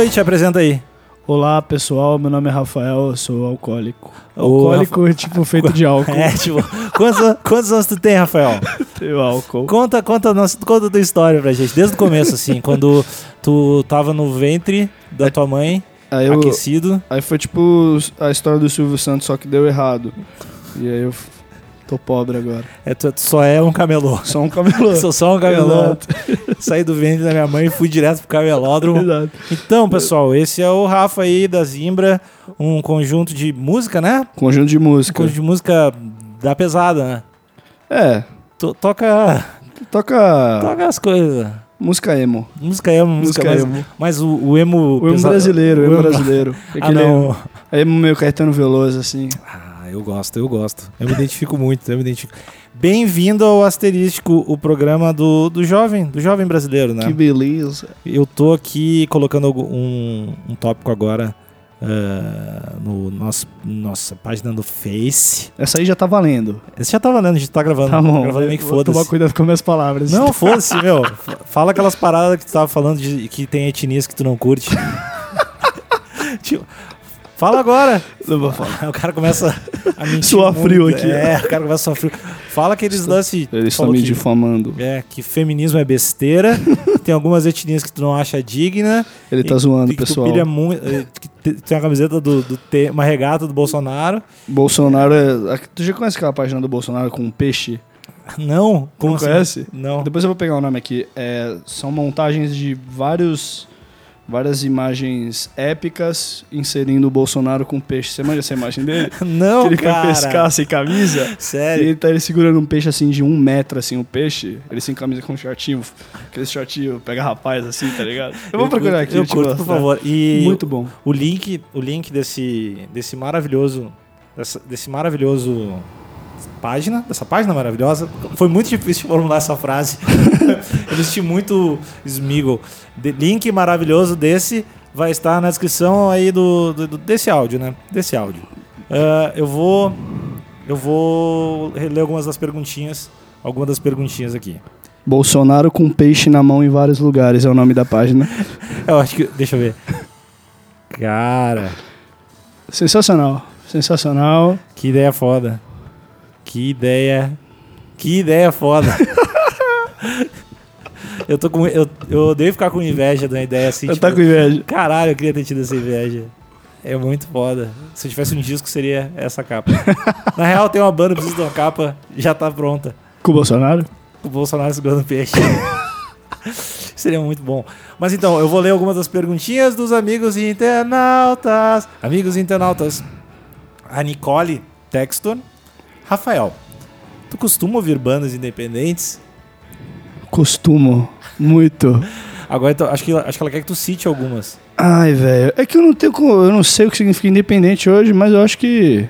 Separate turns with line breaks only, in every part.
aí, te apresenta aí.
Olá pessoal, meu nome é Rafael, eu sou alcoólico.
Ô,
Alcoólico, tipo, feito de álcool.
É, tipo, quantos, an- quantos anos tu tem, Rafael?
Tenho álcool.
Conta, conta, a nossa, conta a tua história pra gente, desde o começo, assim, quando tu tava no ventre da tua mãe,
Aí, eu-
aquecido.
aí foi tipo a história do Silvio Santos, só que deu errado. E aí eu f- tô pobre agora.
É, tu, tu só é um camelô.
Só um cabelo.
Sou só um camelô. Saí do ventre da minha mãe e fui direto pro camelódromo.
Exato.
Então, pessoal, esse é o Rafa aí da Zimbra, um conjunto de música, né?
Conjunto de
Um
música.
conjunto de música da pesada, né?
É,
To- toca,
toca
toca as coisas.
música emo.
Música é uma música,
Música
mas,
emo.
mas o, o emo...
O emo
pesa-
brasileiro, É o
o
emo
emo-
brasileiro.
Ah,
Aquele
não.
emo meio Caetano Veloso, assim.
Ah, eu gosto, eu gosto. Eu me identifico muito, eu me identifico. Bem-vindo ao Asterístico, o programa do, do jovem, do jovem brasileiro, né?
Que beleza.
Eu tô aqui colocando algu- um, um tópico agora ah, no nosso, nossa página do Face.
Essa aí já tá valendo.
Esse já tá valendo, a gente tá gravando.
Tá bom.
Gravando meio que
Vou Tomar
foda-se.
cuidado com minhas palavras.
Não, foda-se, meu. F- Fala aquelas paradas que tu tava falando de que tem etnias que tu não curte. Tipo, fala agora.
Não vou falar.
O cara começa a mentir.
Suar
muito.
frio aqui.
É, o cara começa a suar frio. Fala aqueles lances.
Eles estão
falou
me
que-
difamando.
É, que feminismo é besteira, que tem algumas etnias que tu não acha digna,
Ele tá
E-
zoando,
e que tu
pessoal.
pilha muito, eh, que te- tem uma camiseta do, do te- uma regata do Bolsonaro.
Bolsonaro é. a- Tu já conhece aquela página do Bolsonaro com um peixe?
Não, como
Não
assim?
conhece?
Não.
Depois eu vou pegar o nome aqui. É, são montagens de vários. Várias imagens épicas inserindo o Bolsonaro com peixe. Você manja essa imagem dele?
Não,
que ele
cara.
foi pescar sem camisa? E
Sério.
ele tá ele segurando um peixe assim de um metro, assim, um peixe. Ele sem camisa com um shortinho. Aquele shortinho pega rapaz assim, tá ligado? Eu vou procurar aqui.
Eu
te
curto, por
mostrar.
favor. E
Muito bom.
o link, o link desse desse maravilhoso dessa- desse maravilhoso página, dessa página maravilhosa, foi muito difícil formular essa frase. Eu assisti muito Smiggle. De- link maravilhoso desse vai estar na descrição aí do, do- do- desse áudio, né? Desse áudio. Ah, eu vou eu vou reler algumas das perguntinhas, algumas das perguntinhas aqui.
Bolsonaro com peixe na mão em vários lugares é o nome da página.
Eu acho que deixa eu ver. Cara,
Sensacional. Sensacional.
Que ideia foda. Que ideia. Que ideia foda. eu tô com. Eu, eu odeio ficar com inveja de uma ideia assim.
Eu
tipo,
tá com inveja.
Caralho, eu queria ter tido essa inveja. É muito foda. Se eu tivesse um disco, seria essa capa. Na real, tem uma banda, eu preciso de uma capa, já tá pronta.
Com o Bolsonaro?
O Bolsonaro segurando peixe. Seria muito bom. Mas então, eu vou ler algumas das perguntinhas dos amigos internautas. Amigos internautas. A Nicole Texton. Rafael, tu costuma ouvir bandas independentes?
Costumo. Muito.
Agora, então, acho, que, ela- acho que ela quer que tu cite algumas.
Ai, velho. É que eu não tenho. co- Eu não sei o que significa independente hoje, mas eu acho que.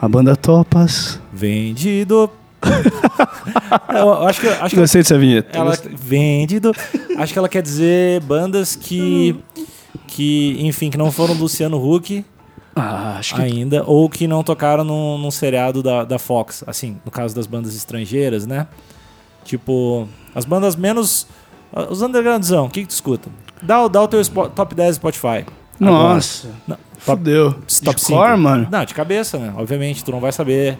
A banda Topas.
Vendido. eu acho que, acho que
Gostei dessa vinheta.
Ela
Gostei.
vendido. Acho que ela quer dizer bandas que. que, enfim, que não foram Luciano Huck
Ah, acho que.
ainda, ou que não tocaram num, num seriado da, da Fox, assim, no caso das bandas estrangeiras, né? Tipo, as bandas menos. ah, Os undergroundzão, o que, que tu escuta? Dá, o- dá o teu spo- top 10 Spotify. Agora.
Nossa.
Não, top-
Fudeu.
top
De
cinco.
cor, mano.
Não, de cabeça, né? Obviamente, tu não vai saber.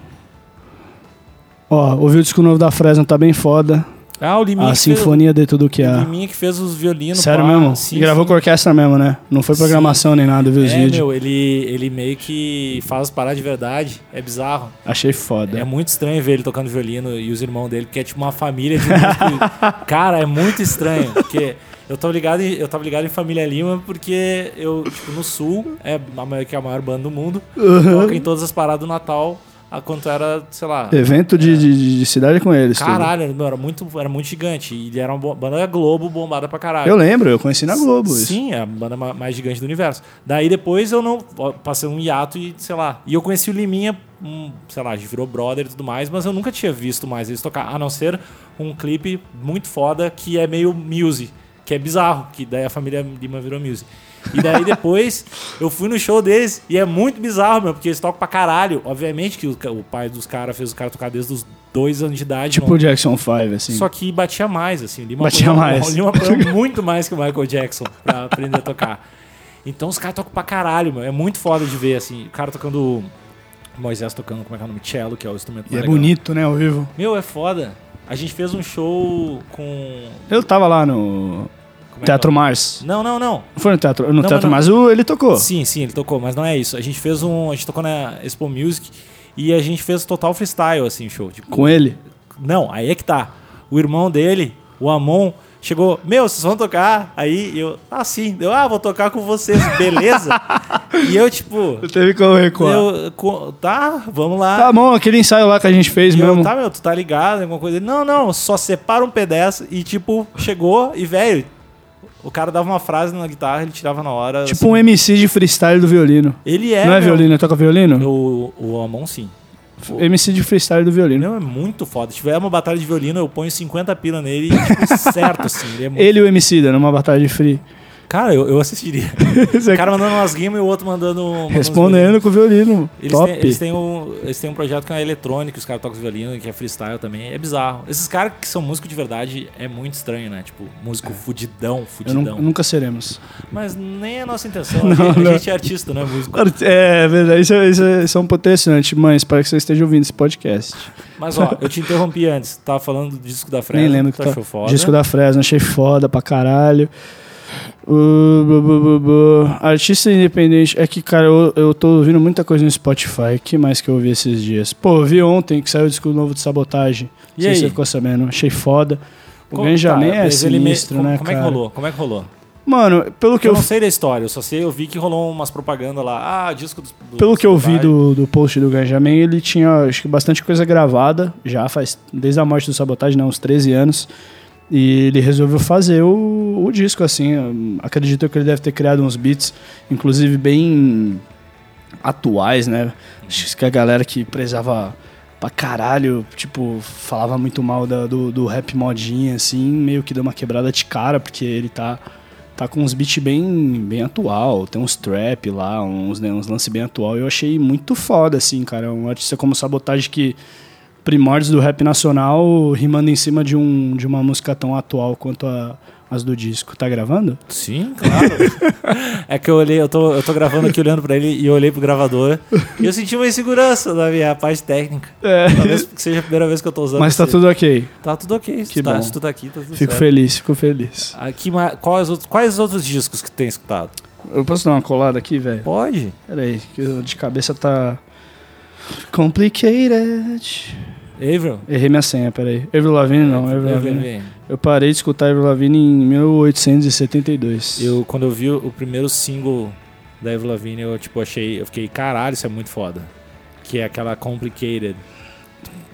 Ó, ouvi o disco novo da Fresno, tá bem foda.
Ah, o Liminha,
A
que, fez, o
sinfonia de tudo que há.
Liminha que fez os violinos.
Sério
pá,
mesmo?
sim,
E gravou
sim.
com orquestra mesmo, né? Não foi programação nem nada, viu os
É,
vídeos.
meu, ele, ele meio que faz parar de verdade. É bizarro.
Achei foda.
É muito estranho ver ele tocando violino e os irmãos dele, porque é tipo uma família de músicos. Cara, é muito estranho, porque eu tava ligado em, eu tava ligado em Família Lima porque eu, tipo, no sul, é a maior, que é a maior banda do mundo, toca em todas as paradas do Natal, a quanto era, sei lá.
Evento
é.
de, de- de cidade com eles. tudo.
Caralho, meu, era muito, era muito gigante. E era uma bo- banda da Globo bombada pra caralho.
Eu lembro, eu conheci na Globo. isso.
Sim, é a banda ma- mais gigante do universo. Daí depois eu não. ó, Passei um hiato e, sei lá. E eu conheci o Liminha, hum, sei lá, a gente virou brother e tudo mais, mas eu nunca tinha visto mais eles tocar, a não ser um clipe muito foda que é meio music, que é bizarro, que daí a família Lima virou music. E daí depois eu fui no show deles e é muito bizarro, meu, porque eles tocam pra caralho. Obviamente que o, ca- o pai dos caras fez o cara tocar desde os dois anos de idade.
Tipo
não-
o Jackson 5, assim.
só que batia mais, assim. O Lima
Batia
apanhou-
mais.
O Lima apanhou muito mais que o Michael Jackson pra aprender a tocar. Então os caras tocam pra caralho, meu. É muito foda de ver, assim. O cara tocando. Moisés tocando, como é que é o nome? Cello, que é o instrumento
E
mais
é
legal.
bonito, né, ao vivo.
Meu, é foda. A gente fez um show com.
Eu tava lá no
como é que
Teatro
é?
Mars.
Não, não, não.
Não foi no Teatro, no
Não,
teatro
não.
Mars, o- ele tocou.
Sim, sim, ele tocou, mas não é isso. A gente fez um. A gente tocou na Expo Music e a gente fez total freestyle, assim, show. Tipo,
Com ele.
Não, aí é que tá. O irmão dele, o Amon, chegou, meu, vocês vão tocar? Aí eu, ah, sim. Eu, ah, vou tocar com vocês, beleza? e eu, tipo,
Teve como recuar.
eu, co- tá, vamos lá.
Tá bom, aquele ensaio lá que a gente fez
E eu,
mesmo.
tá, meu, tu tá ligado, alguma coisa. Ele, Não, não, só separa um pedaço e, tipo, chegou e, velho, o cara dava uma frase na guitarra, ele tirava na hora.
Tipo um MC de freestyle do violino.
Ele assim. é,
não é
meu.
violino, toca violino?
O, o Amon, sim.
MC de freestyle do violino.
Meu, é muito foda. Se tiver uma batalha de violino, eu ponho 50 pila nele e, tipo, certo, assim. Ele é muito...
Ele e o MC da numa batalha de free.
Cara, eu, eu assistiria.
Esse
O
aqui
cara mandando umas rimas e o outro mandando. mandando uns violinos.
Respondendo com o violino.
Eles
Top.
têm, eles, têm um, eles têm um projeto que é eletrônico, os caras tocam os violinos, que é freestyle também. É bizarro. Esses caras que são músicos de verdade é muito estranho, né? Tipo, músico fudidão,
É. Eu
fudidão.
nu- nunca seremos.
Mas nem é a nossa intenção. a, gente, a
não.
gente é artista, não é músico.
É, verdade. Isso, é- isso é, isso é um potenciante. Mãe, espero que você esteja ouvindo esse podcast.
Mas ó, eu te interrompi antes. Tava falando do disco da Fresno.
Nem lembro que
tu
tá.
achou foda.
Disco da Fresno, achei foda pra caralho. Uh, bu, bu, bu, bu. Artista independente. É que, cara, eu, eu tô ouvindo muita coisa no Spotify. que mais que eu ouvi esses dias? Pô, eu vi ontem que saiu o disco novo de Sabotagem.
E
Não sei
aí?
se você ficou sabendo. Achei foda. O
Como-
Benjamin
tá,
é
mas ele me-
sinistro,
como,
né,
como
cara?
é que rolou? Como é que rolou?
Mano, pelo
Porque
que
eu
eu,
não sei da história, eu só sei, eu vi que rolou umas propagandas lá. Ah, disco do. do
pelo que eu vi
Sabotage.
do, do post do Benjamin, ele tinha acho que bastante coisa gravada já faz desde a morte do Sabotagem, né, uns 13 anos. E ele resolveu fazer o, o disco assim. hum, Acredito que ele deve ter criado uns beats, inclusive bem atuais, né? Acho que a galera que prezava pra caralho, tipo, falava muito mal da- do, do rap modinha, assim, meio que deu uma quebrada de cara, porque ele tá, tá com uns beats bem, bem atual, tem uns trap lá, uns, né, uns lance bem atual, eu achei muito foda, assim, cara, um artista como Sabotagem que primórdios do rap nacional, rimando em cima de, um, de uma música tão atual quanto a- as do disco. Tá gravando?
Sim, claro. é que eu olhei, eu tô, eu tô gravando aqui olhando pra ele e eu olhei pro gravador e eu senti uma insegurança da minha parte técnica.
É.
Talvez seja a primeira vez que eu tô usando.
Mas tá
esse-
tudo ok.
Tá tudo ok. Se
Que
tu tá,
bom.
se tu tá aqui, tá tudo
Fico
certo.
feliz, fico feliz.
Aqui, ma- quais, outros, quais outros discos que tu tem escutado?
Eu posso dar uma colada aqui, velho?
Pode?
Pera aí, que eu de cabeça tá. Complicated.
Avril?
Errei minha senha, peraí. Avril Lavigne não, Avril Lavigne.
Avril.
Eu parei de escutar Avril Lavigne em 1872.
Eu, quando eu vi o o primeiro single da Avril Lavigne, eu tipo, achei, eu fiquei, caralho, isso é muito foda. Que é aquela Complicated.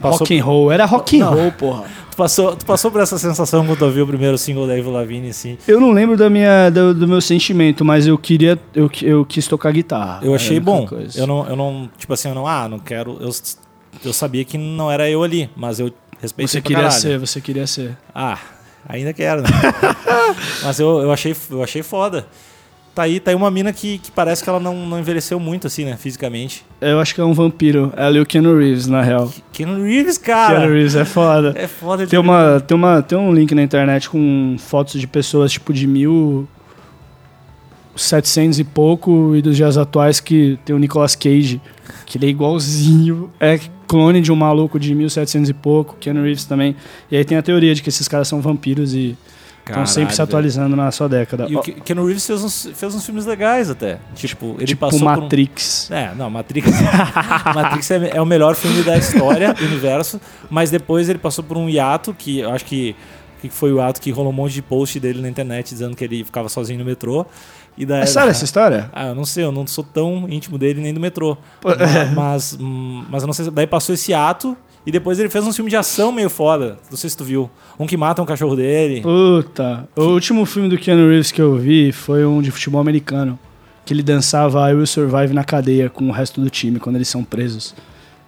Passou,
Rock and roll, era rock and
Não.
roll, porra.
tu, passou, tu passou por essa sensação quando tu ouviu o primeiro single da Avril Lavigne, assim,
Eu não lembro da minha, do, do meu sentimento, mas eu queria. Eu, qui- eu quis tocar guitarra.
Eu achei
Era a única
bom.
Ah, é coisa.
Eu não, eu não, tipo assim, eu não, ah, não quero. Eu, eu sabia que não era eu ali, mas eu respeitei
Você
pra
queria
caralho.
ser, você queria ser.
Ah, ainda quero, né? mas eu, eu, achei, eu achei foda. Tá aí, tá aí uma mina que, que parece que ela não, não envelheceu muito, assim, né, fisicamente.
Eu acho que é um vampiro. Ela e o Keanu Reeves, na real.
Keanu Reeves, cara!
Keanu Reeves é foda.
É foda de
Tem, uma, tem, uma, tem um link na internet com fotos de pessoas tipo de 1700 e pouco e dos dias atuais que tem o Nicolas Cage, que ele é igualzinho, é clone de um maluco de 1700 e pouco, Keanu Reeves também. E aí tem a teoria de que esses caras são vampiros e estão
Caralho,
um sempre se
velho.
atualizando na sua década.
E
Ó,
o Ke- Keanu Reeves fez uns, fez uns filmes legais até. Tipo, ele
tipo
passou por um-
Matrix.
É, não, Matrix. Matrix é, é o melhor filme da história, do universo. Mas depois ele passou por um hiato que eu acho que, que foi o ato que rolou um monte de post dele na internet dizendo que ele ficava sozinho no metrô. E daí,
É sério essa história?
Ah, eu não sei, eu não sou tão íntimo dele nem do metrô.
Pô, é.
Mas, hum, mas eu não sei se. Daí passou esse ato e depois ele fez um filme de ação meio foda. Não sei se tu viu. Um que mata um cachorro dele.
Puta, o último filme do Keanu Reeves que eu vi foi um de futebol americano. Que ele dançava I Will Survive na cadeia com o resto do time quando eles são presos.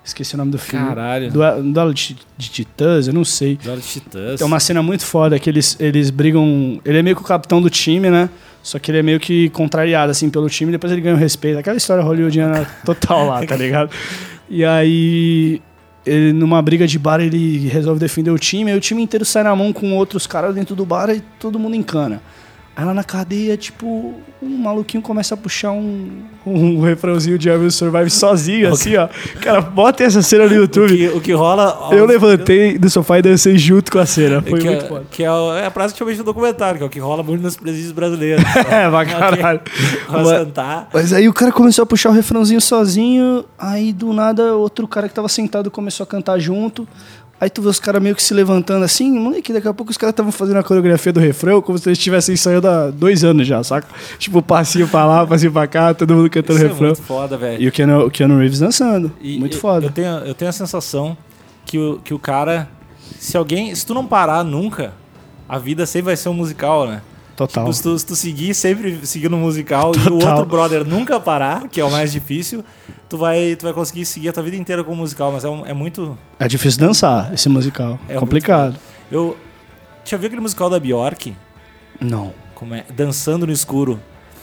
Esqueci o nome do filme.
Caralho.
Do, do Duelo de, de Titãs, eu não sei.
Duelo de Titãs.
Tem uma cena muito foda que eles, eles brigam. Ele é meio que o capitão do time, né? Só que ele é meio que contrariado, assim, pelo time. Depois ele ganha o respeito. Aquela história hollywoodiana total lá, tá ligado? E aí, ele, numa briga de bar, ele resolve defender o time. Aí o time inteiro sai na mão com outros caras dentro do bar e todo mundo encana. Aí lá na cadeia, tipo, um maluquinho começa a puxar um, um refrãozinho de I Will Survive sozinho, assim, ó. Cara, bota essa cena no
O
YouTube.
que, o que rola. ó,
Eu levantei do sofá e dancei junto com a cena. Foi
que
muito
é,
foda.
que é, o- é praticamente um documentário, que é o que rola muito nos presídios brasileiros. né?
É, pra caralho.
Nós
Mas-
cantar.
Mas aí o cara começou a puxar o refrãozinho sozinho, aí do nada outro cara que tava sentado começou a cantar junto. Aí tu vê os caras meio que se levantando assim, moleque, daqui a pouco os caras estavam fazendo a coreografia do refrão como se eles estivessem ensaiando há dois anos já, saca? Tipo, passinho pra lá, passinho pra cá, todo mundo cantando
Isso é
refrão.
muito foda, velho.
E o Keanu, o Keanu Reeves dançando.
E-
muito
e-
foda.
Eu tenho, eu tenho a sensação que o, que o cara. Se alguém. Se tu não parar nunca, a vida sempre vai ser um musical, né?
Total.
Tipo, se, tu, se tu seguir sempre seguindo um musical e o
Total.
outro brother nunca parar, que é o mais difícil, tu vai, tu vai conseguir seguir a tua vida inteira com o musical, mas é, um- é muito.
É difícil dançar esse musical.
É
Complicado.
Eu. Já viu aquele musical da Bjork?
Não.
Como é? Dançando no escuro.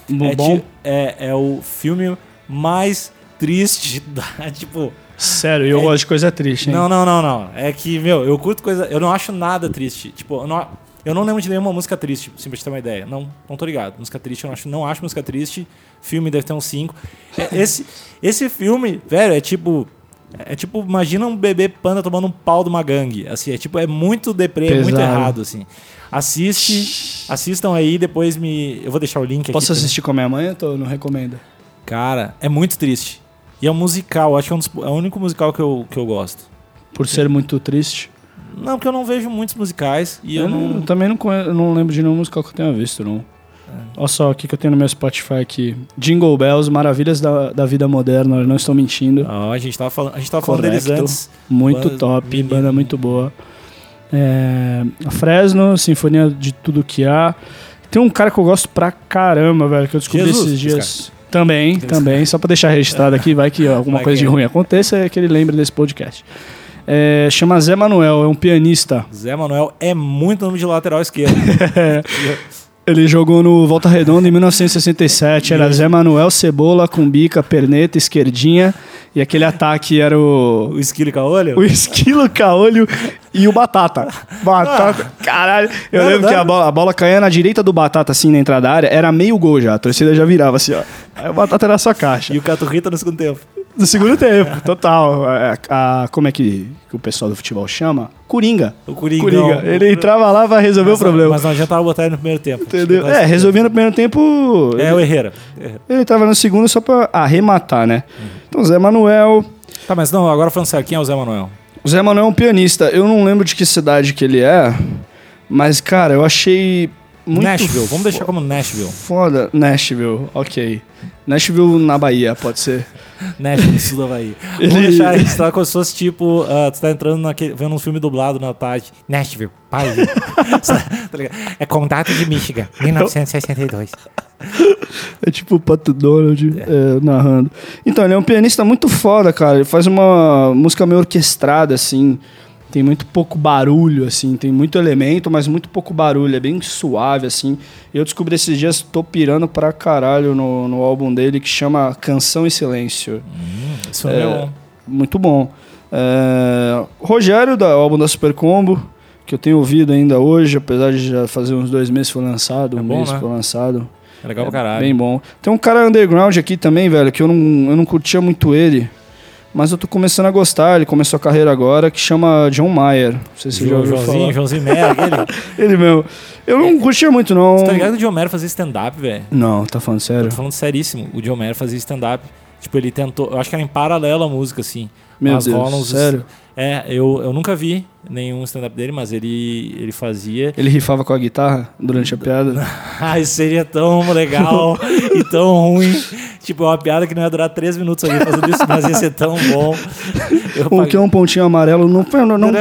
Bom,
é, ti- é, é o filme mais triste da. Tipo.
sério, eu
é-
gosto de coisa triste, hein?
Não, não, não, não. É que, meu, eu curto coisa. Eu não acho nada triste. Tipo, eu não, eu não lembro de nenhuma música triste, assim, pra te ter uma ideia. Não, não tô ligado. Música triste, eu não acho, não acho música triste. Filme deve ter uns 5. esse, esse filme, velho, é tipo. É tipo, imagina um bebê panda tomando um pau de uma gangue. Assim, é tipo, é muito deprê, é muito
Pesado.
errado, assim. Assiste, assistam aí, depois me. Eu vou deixar o link aqui.
Posso
também.
assistir com a minha mãe ou não recomenda?
Cara, é muito triste. E é um musical, acho que é, um dos, é o único musical que eu, que eu gosto.
Por ser muito triste.
Não, porque eu não vejo muitos musicais e eu,
Eu
não.
não- também não, conhe- eu não lembro de nenhum musical que eu tenha visto, não. Olha só o que que eu tenho no meu Spotify aqui. Jingle Bells, Maravilhas da, da Vida Moderna, eu não estou mentindo.
Ah, a gente tava falando, a gente tava falando deles
Correcto.
antes.
Muito
Banda-
top,
menino.
banda muito boa. É, a Fresno, Sinfonia de Tudo Que Há. Tem um cara que eu gosto pra caramba, velho, que eu descobri
Jesus,
esses
esse
dias. Também, também. Só pra deixar registrado aqui, vai que ó, alguma
Vai
coisa
que
de
é.
ruim aconteça, é que ele lembre desse podcast. É, chama Zé Manuel, é um pianista.
Zé Manuel é muito nome de lateral esquerdo.
Ele jogou no Volta Redonda em 1967. Era Zé Manuel, Cebola, Cumbica, Perneta, Esquerdinha. E aquele ataque era o.
o esquilo com a olho?
O esquilo, caolho e o batata. Batata. Ah, Caralho. Eu
Não,
lembro
não.
que a bola, a bola caía na direita do batata, assim, na entrada da área. Era meio gol já. A torcida já virava assim, ó. Aí o batata era só caixa.
E o Caturrita no segundo tempo.
No segundo tempo, total. A, a- como é que, que o pessoal do futebol chama? Coringa.
O Coringa.
Coringa. Ele entrava lá pra resolver o problema.
Mas não adiantava botar ele no primeiro tempo.
Entendeu?
Mas-
É, resolvia no primeiro tempo.
É o Herrera.
Ele tava no segundo só pra arrematar, né? Então, Zé Manuel.
Tá, mas não, agora falando sério, quem é o Zé Manuel?
O Zé Manuel é um pianista. Eu não lembro de que cidade que ele é, mas, cara, eu achei muito.
Nashville, vamos deixar como Nashville.
Foda. Nashville, ok. Nashville na Bahia, pode ser.
né, Nashville, sul da Bahia. Vamos
Ele-
deixar registrar como se fosse tipo, ah, tu tá entrando naquele, vendo um filme dublado na tarde. Nashville, Bahia. Tá ligado? é Condado de Michigan, 1962.
É tipo o Pato Donald é, narrando. Então, ele é um pianista muito foda, cara. Ele faz uma música meio orquestrada, assim. Tem muito pouco barulho, assim. Tem muito elemento, mas muito pouco barulho. É bem suave, assim. Eu descobri esses dias, tô pirando pra caralho no, no álbum dele, que chama Canção em Silêncio.
Isso é,
É.
um-
Muito bom. É, Rogério, da álbum da Super Combo, que eu tenho ouvido ainda hoje, apesar de já fazer uns dois meses que foi lançado,
É
um
bom,
mês
né?
que foi lançado.
é legal pra
É
caralho.
Bem bom. Tem um cara underground aqui também, velho, que eu não, eu não curtia muito ele. Mas eu tô começando a gostar, ele começou a carreira agora, que chama John Mayer. Não sei se você já
Jo,
ouviu
Joãozinho,
falar.
Joãozinho Meyer, aquele.
Ele mesmo. Eu não curtia muito, não.
Tá ligado que o John Mayer fazia stand-up, velho?
Não, tá falando sério.
Tô falando seríssimo. O John Mayer fazia stand-up. Tipo, ele tentou. Eu acho que era em paralelo a música, assim.
Meu
Mas
Deus,
rolam os-
sério.
É, eu, eu nunca vi nenhum stand-up dele, mas ele, ele fazia.
Ele rifava com a guitarra durante a piada.
Ai, seria tão legal e tão ruim. Tipo, é uma piada que não ia durar três minutos alguém fazendo isso, mas ia ser tão bom. Eu
O que é um pontinho amarelo não foi, não, não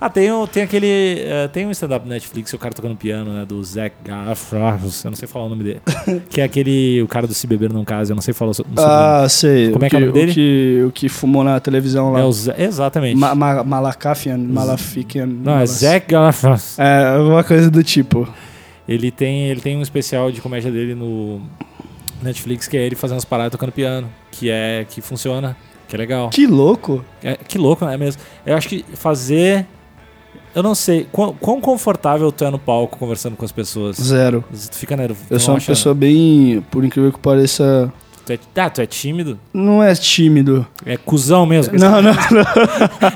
Ah, tem, o- tem aquele. eh, tem um stand-up na Netflix, o cara tocando piano, né? Do Zac Gafros, eu não sei falar o nome dele. que é aquele. O cara do Se Beber Não Casa, eu não sei falar o seu.
Ah, sei.
Como é que é o
o
nome dele?
O que, o que fumou na televisão lá.
é o Zé- exatamente.
Ah, Ma, ma, Malacafian, Malafikian.
não, é
Malas-
Zac Gafros.
É, alguma coisa do tipo.
Ele tem, ele tem um especial de comédia dele no Netflix, que é ele fazendo as paradas tocando piano. Que é. Que funciona. Que é legal.
Que louco.
É, que louco, né? É mesmo. Eu acho que fazer Eu não sei, quão, quão confortável tu é no palco conversando com as pessoas?
Zero.
Tu fica nervoso.
Eu sou uma pessoa bem, por incrível que pareça,
Tu é, ah, tu é tímido?
não é tímido.
É cuzão mesmo?
Não, não,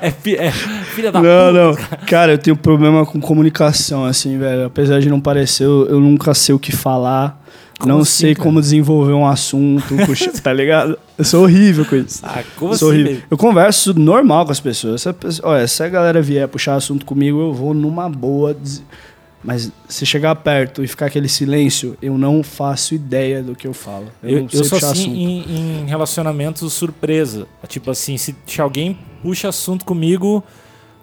É, fi- é filha tá da
não, não. Cara, eu tenho problema com comunicação, assim, velho. Apesar de não parecer, eu, eu nunca sei o que falar.
Como
não
assim,
sei
cara?
como desenvolver um assunto, puxa, tá ligado? Eu sou horrível com isso.
Ah, como
sou
assim?
horrível.
velho?
Eu converso normal com as pessoas. Se a, pessoa- olha, se a galera vier puxar assunto comigo, eu vou numa boa. des- Mas se chegar perto e ficar aquele silêncio, eu não faço ideia do que eu falo. Eu,
Eu,
não
eu
sei
sou
puxar
assim
assunto.
em, em relacionamentos surpresa. Tipo assim, se, se alguém puxa assunto comigo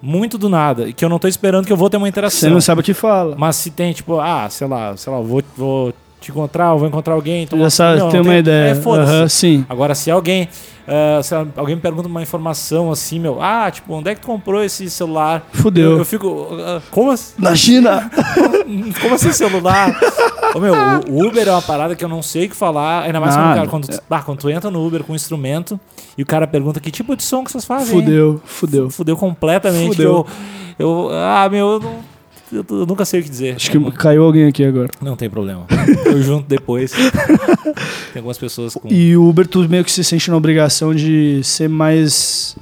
muito do nada, e que eu não tô esperando que eu vou ter uma
Você
interação.
não sabe o que fala.
Mas se tem, tipo, ah, sei lá, sei lá, vou, vou te encontrar, vou encontrar alguém.
Tu
então
já sabe, tem uma ideia.
É, foda-se.
Aham, sim.
Agora, se alguém, ah, se alguém me pergunta uma informação assim, meu, ah, tipo, onde é que tu comprou esse celular?
Fudeu.
Eu, eu fico, ah, como assim?
Na China!
Como assim celular? Ô, meu, o Uber é uma parada que eu não sei o que falar, ainda mais
Nada.
quando, o cara- quando, tu, ah, quando tu entra no Uber com um instrumento e o cara pergunta que tipo de som que vocês fazem. hein?"
Fudeu, fudeu.
Fudeu completamente.
Fudeu.
que Eu, eu, ah, meu, eu, não- eu- eu nunca sei o que dizer.
Acho que caiu alguém aqui agora.
Não tem problema. Eu junto depois. tem algumas pessoas com.
E o Uber, tu meio que se sente na obrigação de ser mais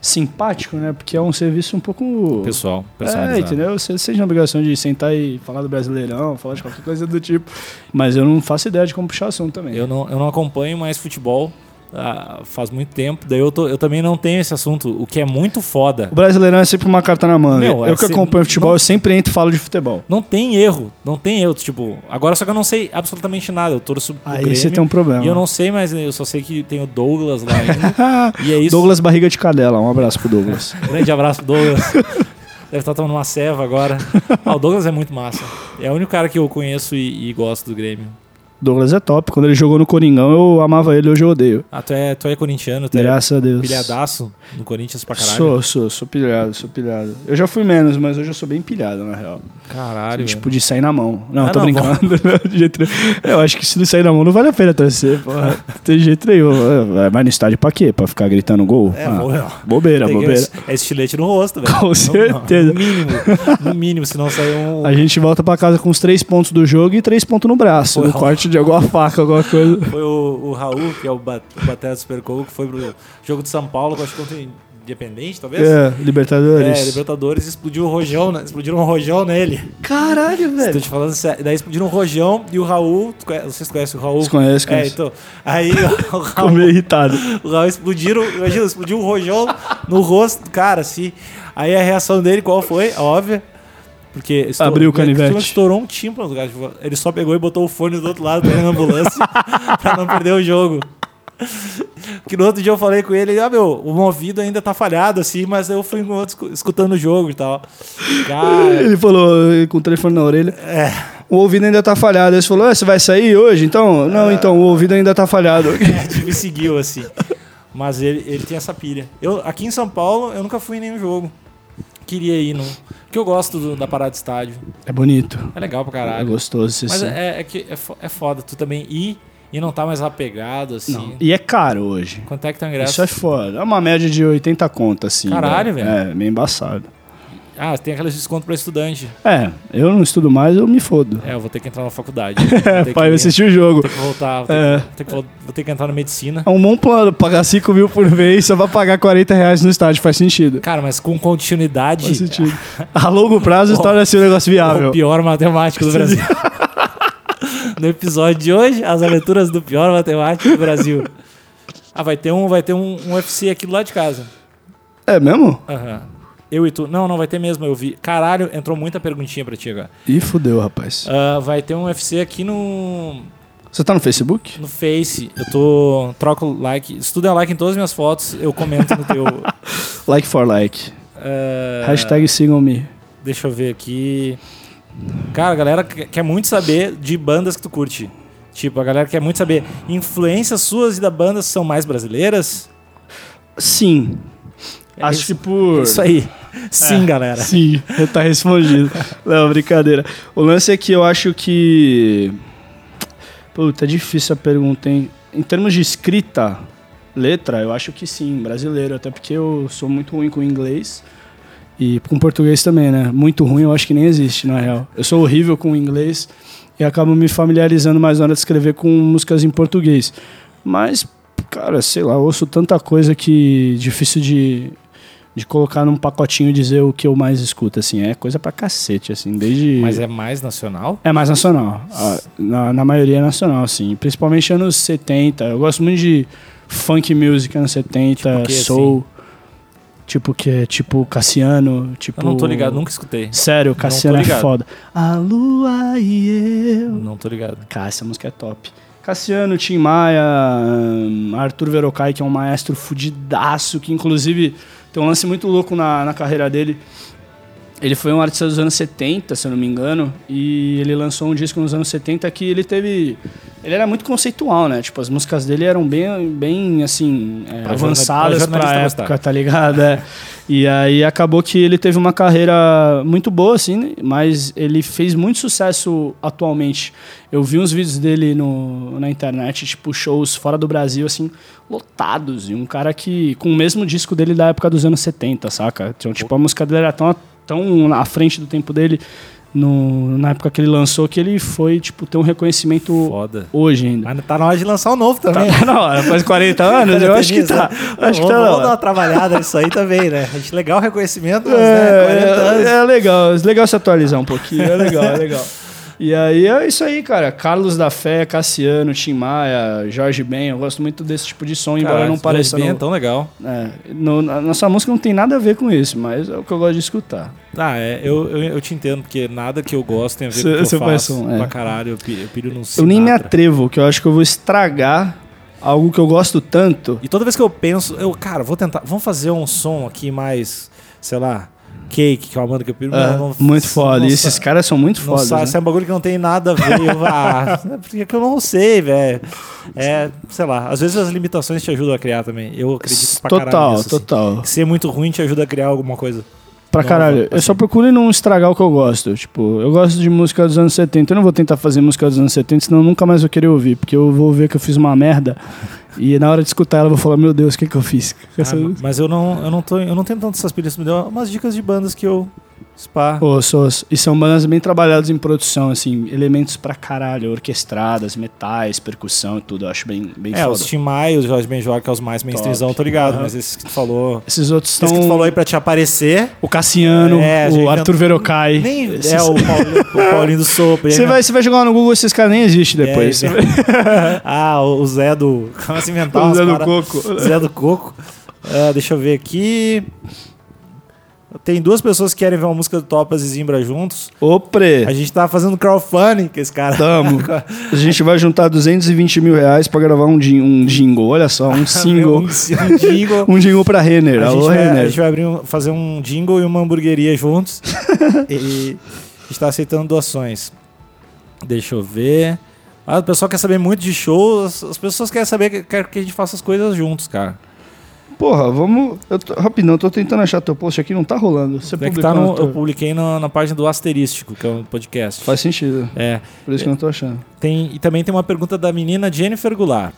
simpático, né? Porque é um serviço um pouco.
Pessoal,
É,
personalizado.
entendeu? Você sente na obrigação de sentar e falar do brasileirão, falar de qualquer coisa do tipo. Mas eu não faço ideia de como puxar assunto também.
Eu não, eu não acompanho mais futebol ah, faz muito tempo. Daí eu, tô- eu também não tenho esse assunto, o que é muito foda.
O brasileirão é sempre uma carta na manga.
Meu,
eu que
assim,
acompanho futebol,
não-
eu sempre entro e falo de futebol.
Não tem erro, não tem erro. Tipo, agora só que eu não sei absolutamente nada. Eu torço pro
Aí
Grêmio,
você tem um problema.
E eu não sei mais, eu só sei que tem o Douglas lá ainda.
Ah,
e é isso.
Douglas Barriga de Cadela, um abraço pro Douglas.
Grande abraço, Douglas. Deve estar tomando uma ceva agora. Ah, o Douglas é muito massa. É o único cara que eu conheço e, e gosto do Grêmio.
Douglas é top. Quando ele jogou no Coringão, eu amava ele, hoje eu odeio.
Ah, tu é, tu é corintiano, tu é
Graças a Deus.
pilhadaço no Corinthians pra caralho.
Sou, sou, sou pilhado, sou pilhado. Eu já fui menos, mas hoje eu sou bem pilhado, na real.
Caralho.
tipo, de sair na mão. Não,
Ah,
tô
não,
brincando. de jeito nenhum. Eu acho que se não sair na mão, não vale a pena torcer, porra. Não tem jeito nenhum. Vai no estádio pra quê? Pra ficar gritando gol?
É,
Ah,
vou-
bobeira,
Peguei
bobeira.
esse- É estilete no rosto, velho.
Com
Não- no
certeza.
mínimo. No mínimo, se não sair um.
A gente volta pra casa com os três pontos do jogo e três pontos no braço. No
Porra.
corte de alguma faca, alguma coisa.
Foi o, o Raul, que é o ba- o batera do Supercoco, que foi pro jogo de São Paulo, que eu acho que contra o Independente, talvez?
É,
É,
Libertadores.
Libertadores explodiu o rojão, né? explodiram um rojão nele.
Caralho,
Tô
velho.
te falando sério. Daí explodiram um rojão e o Raul. tu conhe- Vocês conhecem o Raul?
Vocês conhecem,
É,
conhecem.
então. Aí o
Tô
Raul,
meio irritado.
o Raul explodiram. Imagina, explodiu um rojão no rosto do cara, assim. Aí a reação dele, qual foi? Óbvia. Porque estou-
Abriu o canivete.
ele Estourou um tímpano do cara. Tipo, Ele só pegou e botou o fone do outro lado pegando a ambulância pra não perder o jogo. Que no outro dia eu falei com ele, ah, meu, o movido ainda tá falhado, assim, mas eu fui com outro escu- escutando o jogo e tal. Cara,
Ele falou com o telefone na orelha.
É.
O ouvido ainda tá falhado. Ele falou: "Ah, você vai sair hoje? Então?
É.
Não, então, o ouvido ainda tá falhado.
que me seguiu, assim. Mas ele, ele tem essa pilha. Eu, aqui em São Paulo, eu nunca fui em nenhum jogo. Queria ir num. Porque eu gosto do- da parada de estádio.
É bonito.
É legal pra
É
caralho.
gostoso esse
Mas
sim.
é, é que é, fo- é foda tu também ir e não tá mais apegado, assim.
Não. E é caro hoje.
Quanto é que tá o ingresso?
Isso é foda. É uma média de 80 conto, assim.
Caralho, velho.
É, meio embaçado.
Ah, tem aqueles desconto pra estudante.
É, eu não estudo mais, eu me fodo.
É, eu vou ter que entrar na faculdade. É,
Pai, vai assistir o jogo.
Vou voltar, vou ter,
É.
vou ter que, vol- vou ter que entrar na medicina.
É um bom plano, pagar 5 mil por mês só pra pagar 40 reais no estádio, faz sentido.
Cara, mas com continuidade,
Faz sentido. A longo prazo torna-se um negócio
é o
viável.
pior matemático do Brasil. no episódio de hoje, as aventuras do pior matemático do Brasil. Ah, vai ter um, vai ter um, um UFC aqui do lado de casa.
É mesmo?
Aham. Eu e tu. Não, não vai ter mesmo, eu vi. Caralho, entrou muita perguntinha pra ti agora.
Ih, fudeu, rapaz.
Ah, vai ter um UFC aqui no,
Você tá no Facebook?
no Face. Eu tô. Troco like. Se tu der like em todas as minhas fotos, eu comento no teu.
Like for like.
ah,
Hashtag sigam me.
Deixa eu ver aqui. Cara, a galera que- quer muito saber de bandas que tu curte. Tipo, a galera quer muito saber, influências suas e da banda são mais brasileiras?
Sim.
É
Acho
isso,
que por.
isso aí. Sim, galera.
Sim, tá respondido. Não, brincadeira. O lance é que eu acho que. Puta, é difícil a pergunta, hein? Em termos de escrita, letra, eu acho que sim, brasileiro, até porque eu sou muito ruim com inglês. E com português também, né? Muito ruim eu acho que nem existe, na real. Eu sou horrível com inglês e acabo me familiarizando mais na hora de escrever com músicas em português. Mas, cara, sei lá, eu ouço tanta coisa que difícil de, de colocar num pacotinho e dizer o que eu mais escuto, assim. É coisa pra cacete, assim, desde...
Mas é mais nacional?
É mais nacional. A- Na, na maioria é nacional, assim. Principalmente anos 70. Eu gosto muito de funk music anos 70,
Tipo o quê,
soul. Tipo que é tipo Cassiano, tipo.
Eu não tô ligado, nunca escutei.
Sério,
tô
Cassiano é
ligado.
foda. A lua e eu.
Não tô ligado.
Cara, essa música é top. Cassiano, Tim Maia, hum, Arthur Verocai, que é um maestro fudidaço, que inclusive tem um lance muito louco na, na carreira dele. Ele foi um artista dos anos 70, se eu não me engano, e ele lançou um disco nos anos 70 que ele teve. Ele era muito conceitual, né? Tipo, as músicas dele eram bem, bem assim, é,
Pra jorna-
avançadas
pra
pra,
jornalista
época, tá ligado? É. E aí acabou que ele teve uma carreira muito boa, assim, né? mas ele fez muito sucesso atualmente. Eu vi uns vídeos dele no, na internet, tipo, shows fora do Brasil, assim, lotados. E um cara que. com o mesmo disco dele da época dos anos 70, saca? Então, tipo, a música dele era tão, tão à frente do tempo dele. no- na época que ele lançou, que ele foi, tipo, ter um reconhecimento
Foda.
hoje ainda.
Mas tá na hora de lançar o novo também. né?
Tá na hora, faz 40 anos? Eu acho que tá. Acho que tá. na
Vamos dar
hora.
uma trabalhada nisso aí também, né? A gente legal o reconhecimento, mas, né? 40
É,
anos.
é, é legal, é legal se atualizar um pouquinho, é legal, é legal. E aí é isso aí, cara. Carlos da Fé, Cassiano, Tim Maia, Jorge Ben, eu gosto muito desse tipo de som, embora não pareça.
bem,
no-
é tão legal.
é, no- na nossa música não tem nada a ver com isso, mas é o que eu gosto de escutar.
Tá, é, eu, eu, eu te entendo, porque nada que eu gosto tem a ver
Cê-
com o que
cê
eu
faz
faço.
som, é.
Pra caralho, eu pi- eu pilho num
Eu nem me
Sinatra.
atrevo, que eu acho que eu vou estragar algo que eu gosto tanto.
E toda vez que eu penso, eu, cara, vou tentar, vamos fazer um som aqui mais, sei lá, cake, que é uma banda que eu piro.
É,
não, não-
muito foda.
não
E
sa-
esses caras são muito
não
fodas.
sa-
né?
Isso é um bagulho que não tem nada a ver. Eu, ah, porque que eu não sei, velho. É, sei lá, às vezes as limitações te ajudam a criar também. Eu acredito pra caralho
Total,
nisso, assim.
total.
Ser muito ruim te ajuda a criar alguma coisa. Não,
Pra
assim.
caralho.
não,
Eu só procuro não estragar o que eu gosto. Tipo, eu gosto de música dos anos 70. Eu não vou tentar fazer música dos anos 70, senão eu nunca mais vou querer ouvir. Porque eu vou ver que eu fiz uma merda. e na hora de escutar ela, eu vou falar: Meu Deus, o que, que eu fiz? Essa...
Ah, mas eu não, eu não tô, eu não tenho tantas essas pilhas, me deu umas dicas de bandas que eu spa.
Pô, sós- e são bandas bem trabalhadas em produção, assim, elementos pra caralho, orquestradas, metais, percussão e tudo. Eu acho bem, bem
é,
foda.
os Tim Maia, os Jorge Benjor, que é os mais mainstreamzão, tô ligado, mas esses que tu falou,
Esses outros
esses que tu falou
estão.
aí pra te aparecer,
O Cassiano,
É, já
o
inventa-
Arthur Verocai.
nem
Esses-
é o Paulinho, o Paulinho do Sopa. e aí
Você vai, você vai jogar no Google, esses caras nem existem
É,
depois.
e vem- ah, o Zé do. Começa a inventar
O
umas
Zé do
paradas.
Tá Coco.
Zé do Coco. Ah, deixa eu ver aqui. Tem duas pessoas que querem ver uma música do Topaz e Zimbra juntos.
Ô, Pre.
A gente tá fazendo crowdfunding com esse cara.
Tamo. A gente vai juntar 220 mil reais pra gravar um, jin- um jingle. Olha só, um
Um
single.
jingle.
um jingle pra Renner.
A gente,
Alô,
vai, a gente
Renner.
vai abrir um- fazer um jingle e uma hamburgueria juntos. e está aceitando doações. Deixa eu ver. Ah, o pessoal quer saber muito de shows. As pessoas querem saber que, quer que a gente faça as coisas juntos, cara.
Porra, vamos. Eu tô... Rapidão, eu tô tentando achar teu post aqui, não tá rolando. Você
É que
publicou
tá no,
no teu-
eu publiquei na, na página do Asterístico, que é um podcast.
Faz sentido.
É,
Por isso que eu não tô achando.
tem, e também tem uma pergunta da menina Jennifer Goulart.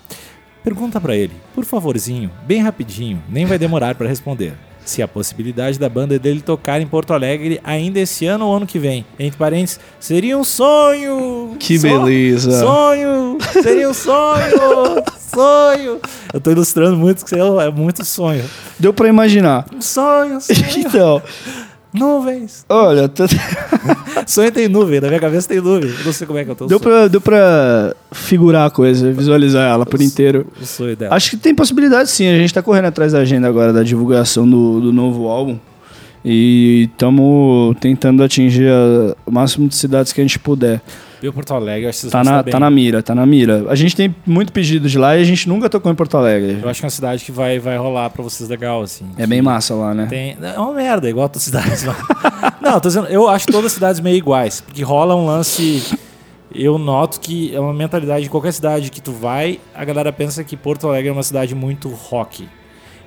Pergunta pra ele, por favorzinho, bem rapidinho, nem vai demorar pra responder. Se a possibilidade da banda dele tocar em Porto Alegre ainda esse ano ou ano que vem. Entre parênteses, seria um sonho!
Que
Só-
beleza.
Sonho! Seria um sonho! sonho! Eu tô ilustrando muito, que é muito sonho.
Deu pra imaginar.
Um sonho, sonho,
Então,
nuvens!
olha, tá-
Sonho tem nuvem, na minha cabeça tem nuvem. Eu não sei como é que eu tô.
deu, pra, deu pra figurar a coisa, visualizar ela por inteiro.
O sonho dela.
Acho que tem possibilidade sim. A gente tá correndo atrás da agenda agora da divulgação do, do novo álbum. E estamos tentando atingir a- o máximo de cidades que a gente puder.
Viu Porto Alegre, eu acho que vocês
Tá
vão
na,
saber. né?
tá na mira, tá na mira. A gente tem muito pedido de lá e a gente nunca tocou em Porto Alegre.
Eu acho que é uma cidade que vai, vai rolar pra vocês legal, assim.
É bem massa lá, né?
Tem... É uma merda, igual outras cidades. Não. não, tô dizendo, eu acho todas as cidades meio iguais. Porque rola um lance. Eu noto que é uma mentalidade de qualquer cidade que tu vai, a galera pensa que Porto Alegre é uma cidade muito rock.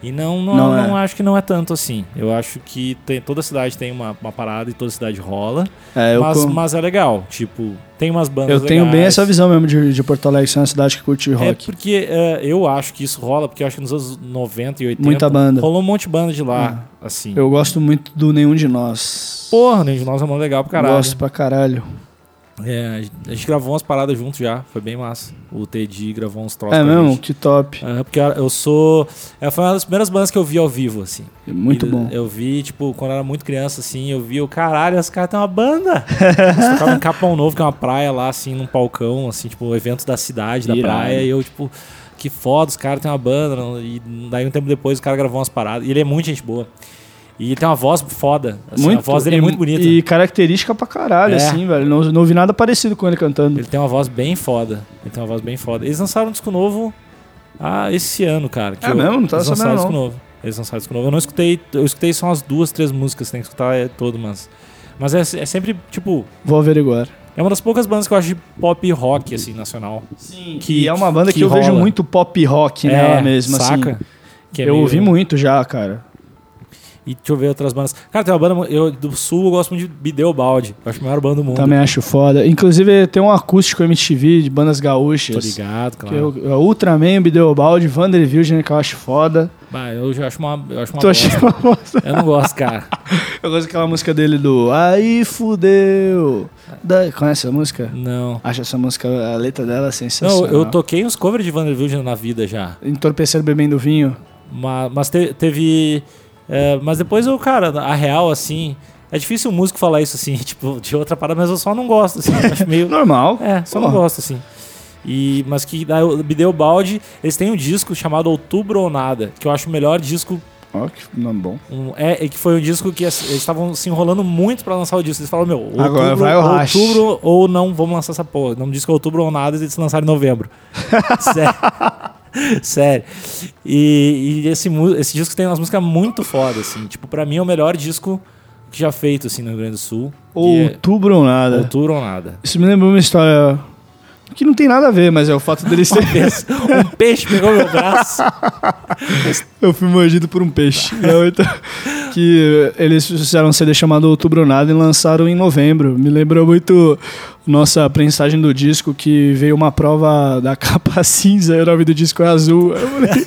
E não, não,
Não é.
não acho que não é tanto assim. Eu acho que tem- toda cidade tem uma, uma parada e toda cidade rola.
É, eu,
mas,
com-
mas é legal. Tipo, tem umas bandas
eu tenho bem
legais.
essa visão mesmo de, de Porto Alegre ser uma cidade que curte
É
rock.
porque eh, eu acho que isso rola, porque eu acho que nos anos 90 e 80
Muita banda. Hum.
rolou um monte de banda de lá, assim.
Eu gosto muito do Nenhum de Nós.
Porra, Nenhum de Nós é mó legal pra caralho.
Gosto pra caralho.
É, a gente- a gente gravou umas paradas junto já, foi bem massa. O TD gravou uns troços
É
pra
mesmo?
gente.
Que top.
É, porque eu sou. é, Foi uma das primeiras bandas que eu vi ao vivo, assim.
Muito
E
bom.
Eu vi, tipo, quando eu era muito criança, assim, eu vi, o caralho, os caras têm uma banda. Eles tocavam em Capão Novo, que é uma praia lá, assim, num palcão, assim, tipo, eventos da cidade, da
Irado.
praia. E eu, tipo, que foda, os caras têm uma banda. não- E daí um tempo depois o cara gravou umas paradas. E ele é muito gente boa. E ele tem uma voz foda. assim, a voz dele é
e-
muito bonita.
E característica pra caralho,
É.
assim, velho. Não, não ouvi nada parecido com ele cantando.
Ele tem uma voz bem foda. Ele tem uma voz bem foda. Eles lançaram um disco novo ah, esse ano, cara. que
É mesmo? Não tava
eles lançaram um
sabendo,
disco
não.
novo. Eles lançaram um disco novo. Eu não escutei, eu escutei só umas duas, três músicas, tem que escutar é, todo, mas. Mas é, é sempre, tipo,
Vou averiguar.
é uma das poucas bandas que eu acho de pop rock, assim, nacional.
Sim.
que-
e é uma banda que,
que
eu vejo
rola.
muito pop rock
é,
nela mesma,
saca?
assim.
Que é
eu
meio-
ouvi muito já, cara.
E deixa eu ver outras bandas. Cara, tem uma banda eu, do sul, eu gosto muito de Bideu Balde. Eu acho a maior banda do mundo.
Também acho foda. Inclusive, tem um acústico MTV de bandas
Tô
gaúchas.
ligado,
Que
claro.
eu, é Ultraman, Bideobaldi, Vander Vilgen, que eu acho foda.
Bah, eu já acho uma, eu acho uma
Tu
bosta.
achou uma bosta?
Eu não gosto, cara.
Eu gosto daquela música dele do Aí fudeu. Da- Conhece a música?
Não.
Acho essa música, a letra dela é sensacional.
Não, eu toquei uns covers de Vanderbilt na vida já.
Entorpecer bebendo vinho.
Mas, mas te- teve. é, mas depois eu, cara, a real, assim. É difícil um músico falar isso assim, tipo, de outra parada, mas eu só não gosto, assim. eu acho meio.
Normal.
É, só não
Porra.
gosto, assim. E, mas que daí eu- me deu balde. Eles têm um disco chamado Outubro ou Nada, que eu acho o melhor disco
Ó, que nome bom.
um- é, é que foi um disco que as- eles estavam se enrolando muito pra lançar o disco. Eles falaram, meu, outubro,
Agora vai o racha.
outubro ou não, vamos lançar essa porra. Não disco é outubro ou nada, eles lançaram em novembro. Sério. Sério. E, e esse, mu- esse disco tem umas músicas muito foda, assim. Tipo, pra mim é o melhor disco que já feito, assim, no Rio Grande do Sul. Que
Outubro ou
é
nada.
outubro ou nada.
Isso me lembrou uma história que não tem nada a ver, mas é o fato deles ter.
Um peixe pegou meu braço.
Eu fui mordido por um peixe. E eu, então, que eles fizeram um CD chamado Outubro ou Nada e lançaram em novembro. Me lembrou muito nossa prensagem do disco, que veio uma prova da capa cinza e o nome do disco é azul. Eu falei,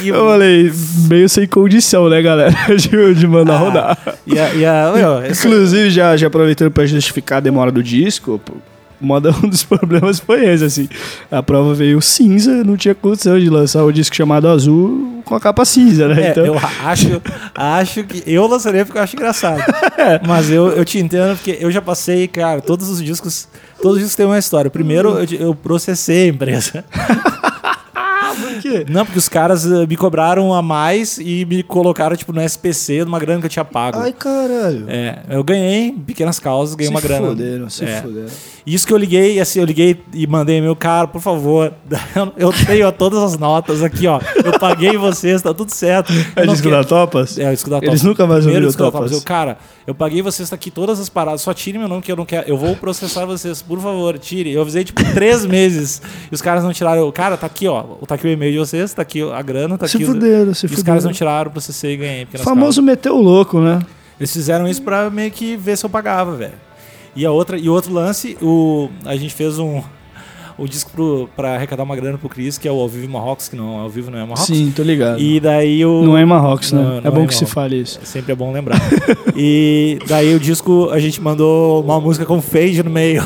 E,
eu falei, meio sem condição, né, galera? De, de mandar rodar.
e a- e a- meu, é esse-
Inclusive, já, já aproveitando pra justificar a demora do disco, pô, uma da- um dos problemas foi esse, assim. A prova veio cinza, não tinha condição de lançar o disco chamado Azul com a capa cinza, né?
É,
então,
eu acho, acho que. Eu lançaria porque eu acho engraçado.
É.
Mas eu, eu te entendo porque eu já passei, cara, todos os discos. Todos os discos têm uma história. Primeiro,
Hum.
eu, eu processei a empresa.
por quê?
Não, porque os caras eh, me cobraram a mais e me colocaram, tipo, no SPC, numa grana que eu tinha pago.
Ai, caralho.
É, eu ganhei pequenas causas, ganhei
se
uma grana.
fuderam, se
É.
fuderam.
Isso que eu liguei, assim, eu liguei e mandei meu cara, por favor, eu tenho todas as notas aqui, ó. Eu paguei vocês, tá tudo certo. Eu
É
não
disco
quero-
da Topas?
é, o disco da
Eles
Topas.
nunca mais
Primeiro
ouviram
disco da Topas.
Topas.
Eu, cara, eu paguei vocês tá aqui todas as paradas, só tire meu nome que eu não quero. Eu vou processar vocês, por favor, tire. Eu avisei tipo três meses e os caras não tiraram. Eu, cara, tá aqui, ó. Tá aqui o e-mail de vocês, tá aqui a grana, tá
Se
aqui. o-
fuderam, se
e os caras
fuderam.
não tiraram, processei e ganhei. porque nas
Famoso meteu o louco, né?
eles fizeram isso pra meio que ver se eu pagava, velho. E a outra, e o outro lance, o a gente fez um o disco pro, pra arrecadar uma grana pro Cris, que é o Ao Vivo em Marrocos, que não, Ao Vivo não é Marrocos.
Sim, tô ligado.
E daí o
Não é em Marrocos, né?
Não, não
é bom
é
que
em
se
Marrocos.
fale isso.
sempre é bom lembrar. e daí o disco a gente mandou uma música com fade no meio,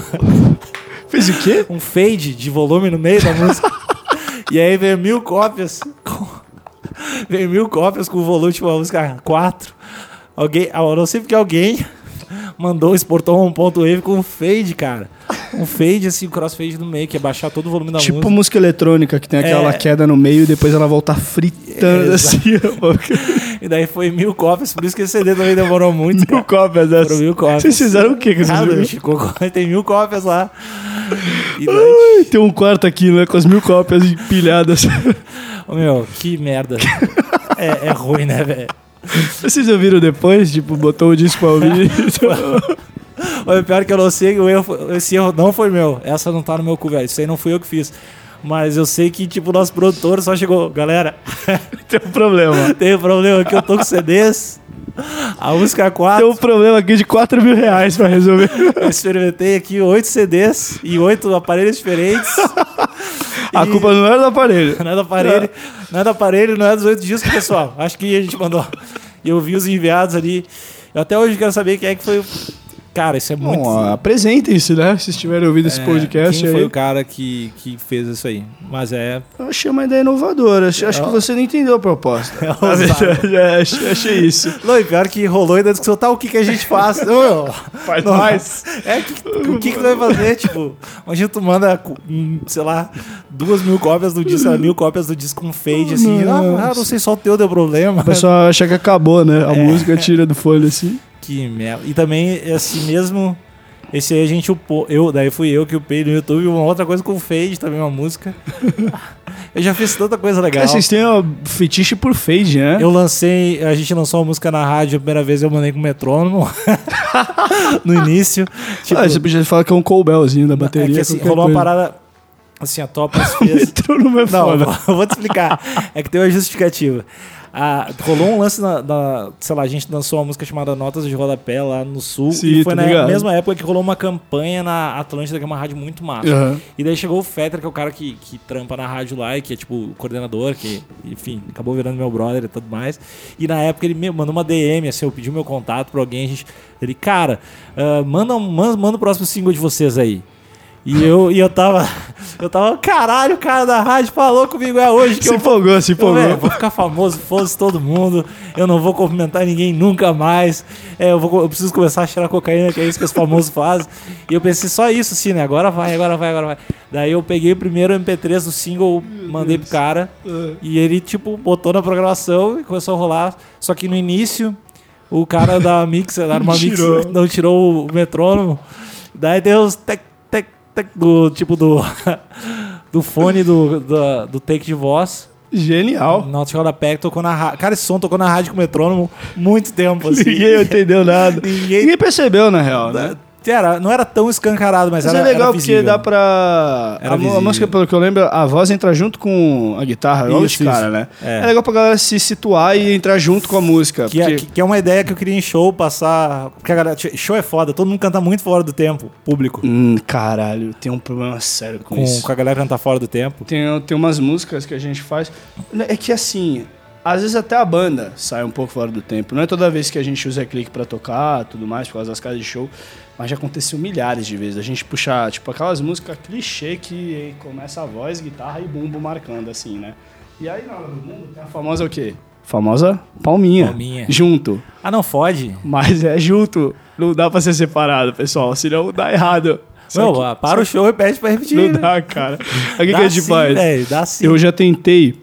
Fez o quê?
um fade de volume no meio da música. e aí veio mil cópias com veio mil cópias com o volume tipo a música 4. Alguém, ah, eu não sei porque alguém mandou, exportou um ponto wave com um fade, cara. Um fade, assim, crossfade no meio, que é baixar todo o volume da
Tipo
música.
música eletrônica que tem aquela
É.
queda no meio e depois ela volta fritando
É,
assim. a boca.
E daí foi mil cópias, por isso que esse CD também demorou muito, cara.
Mil cópias dessa.
Foram mil cópias.
Vocês fizeram o quê com
Nada,
esses
bicho, ficou com- tem mil cópias lá. E daí,
Ai, Tem um quarto aqui, né? Com as mil cópias empilhadas.
Ô, meu, que merda. é, é ruim, né, velho?
Vocês ouviram depois? Tipo, botou o disco Então pra ouvir.
Ô, pior que eu não sei, o erro, foi- esse erro não foi meu. Essa não tá no meu cu, velho. Isso aí não fui eu que fiz. Mas eu sei que, tipo, o nosso produtor só chegou, galera,
Tem um problema.
tem um problema aqui, eu tô com CDs. A música 4,
Tem um problema aqui de 4 mil reais pra resolver.
eu experimentei aqui 8 CDs e 8 aparelhos diferentes.
A
E-
culpa não era do aparelho.
Não é do aparelho, não é do aparelho, não é dos 8 discos, pessoal. Acho que a gente mandou. E eu vi os enviados ali. Eu até hoje quero saber quem é que foi. o- Cara, isso é
Bom,
muito.
ó, apresentem-se, né? Se tiverem ouvido esse
É,
podcast
Quem
aí.
foi o cara que, que fez isso aí? Mas é.
Eu achei uma ideia inovadora. Acho, acho que você não entendeu a proposta.
é
Na
ousado.
verdade, é, achei, achei isso.
Não, e pior que rolou ainda a discussão, tá, o que, que a gente faz? Ô,
Faz
Não.
mais.
é, que, o que, que tu vai fazer? Tipo, imagina tu manda, hum, sei lá, duas mil cópias do disco, sei lá, mil cópias do disco com fade, assim. Ah, ah, não sei, só o teu deu problema.
O pessoal acha que acabou, né? A música tira do folha assim.
Que merda. E também, esse mesmo. Esse aí a gente upou. Eu, daí fui eu que upei no YouTube uma outra coisa com fade também, uma música. eu já fiz tanta coisa legal.
Cara, vocês têm ó, fetiche por fade, né?
Eu lancei, a gente lançou uma música na rádio a primeira vez, eu mandei com metrônomo no início. Tipo,
ah, você podia falar que é um colbelzinho da
é
bateria.
que assim,
qualquer
rolou uma
coisa.
parada. Assim, a Topaz fez.
Entrou numa
Não,
é foda.
eu vou te explicar. É que tem uma justificativa. Ah, rolou um lance na, na- Sei lá, a gente lançou uma música chamada Notas de Rodapé lá no sul.
Sim,
e foi
tô
na
ligado.
mesma época que rolou uma campanha na Atlântida, que é uma rádio muito massa.
Aham.
E daí chegou o Fetter, que é o cara que, que trampa na rádio lá, e que é tipo o coordenador, que, enfim, acabou virando meu brother e tudo mais. E na época ele me mandou uma DM, assim, eu pedi o meu contato pra alguém, a gente, ele, cara, ah, manda, um- man- manda o próximo single de vocês aí. E eu, e eu tava. Eu tava, caralho, o cara da rádio falou comigo, é hoje que
Se né?"
eu
empolgou, se
eu, velho,
empolgou.
vou ficar famoso, foda-se todo mundo. Eu não vou cumprimentar ninguém nunca mais. É, eu, vou co- eu preciso começar a cheirar cocaína, que é isso que os famosos fazem. E eu pensei só isso, assim, né? Agora vai, agora vai, agora vai. Daí eu peguei o primeiro MP3 do single, mandei pro cara. E ele, tipo, botou na programação e começou a rolar. Só que no início, o cara da Mixer, da Arma
Tirou.
Mixer, não tirou o metrônomo. Daí deu os tec, tec, tec, do tipo do. Do fone do, da- do take de voz.
Genial.
Nautic Rodapé tocou na rádio. Cara, esse som tocou na rádio com o metrônomo muito tempo, assim.
Ninguém entendeu nada.
Ninguém-
Ninguém percebeu, na real, né?
Era, não era tão escancarado, mas,
Mas
era
é legal
era
porque
visível.
dá pra.
Era
A, mu- a
visível.
música, pelo que eu lembro, a voz entra junto com a guitarra, logo de
Isso,
cara,
isso.
né? É.
É.
legal pra galera se situar e entrar junto com a música.
Que, é,
porque-
que- que é uma ideia que eu queria em show passar. Porque a galera. Show é foda, todo mundo canta muito fora do tempo, público.
Hum, caralho, tem um problema sério com,
Com,
isso.
com a galera cantar fora do tempo.
Tem, tem umas músicas que a gente faz. É que assim, às vezes até a banda sai um pouco fora do tempo. Não é toda vez que a gente usa clique pra tocar, tudo mais, por causa das casas de show. Mas já aconteceu milhares de vezes. A gente puxar, tipo, aquelas músicas clichê que começa a voz, guitarra e bumbo marcando, assim, né? E aí na hora do bumbo tem a famosa o quê? Famosa palminha.
Palminha.
Junto.
Ah, não, fode.
Mas é junto. Não dá pra ser separado, pessoal. Senão dá errado. Só
Não,
que-
ah, para o show e pede pra repetir.
não
né?
dá, cara. O que,
Dá
que a gente
sim, é,
faz?
velho, dá sim.
Eu já tentei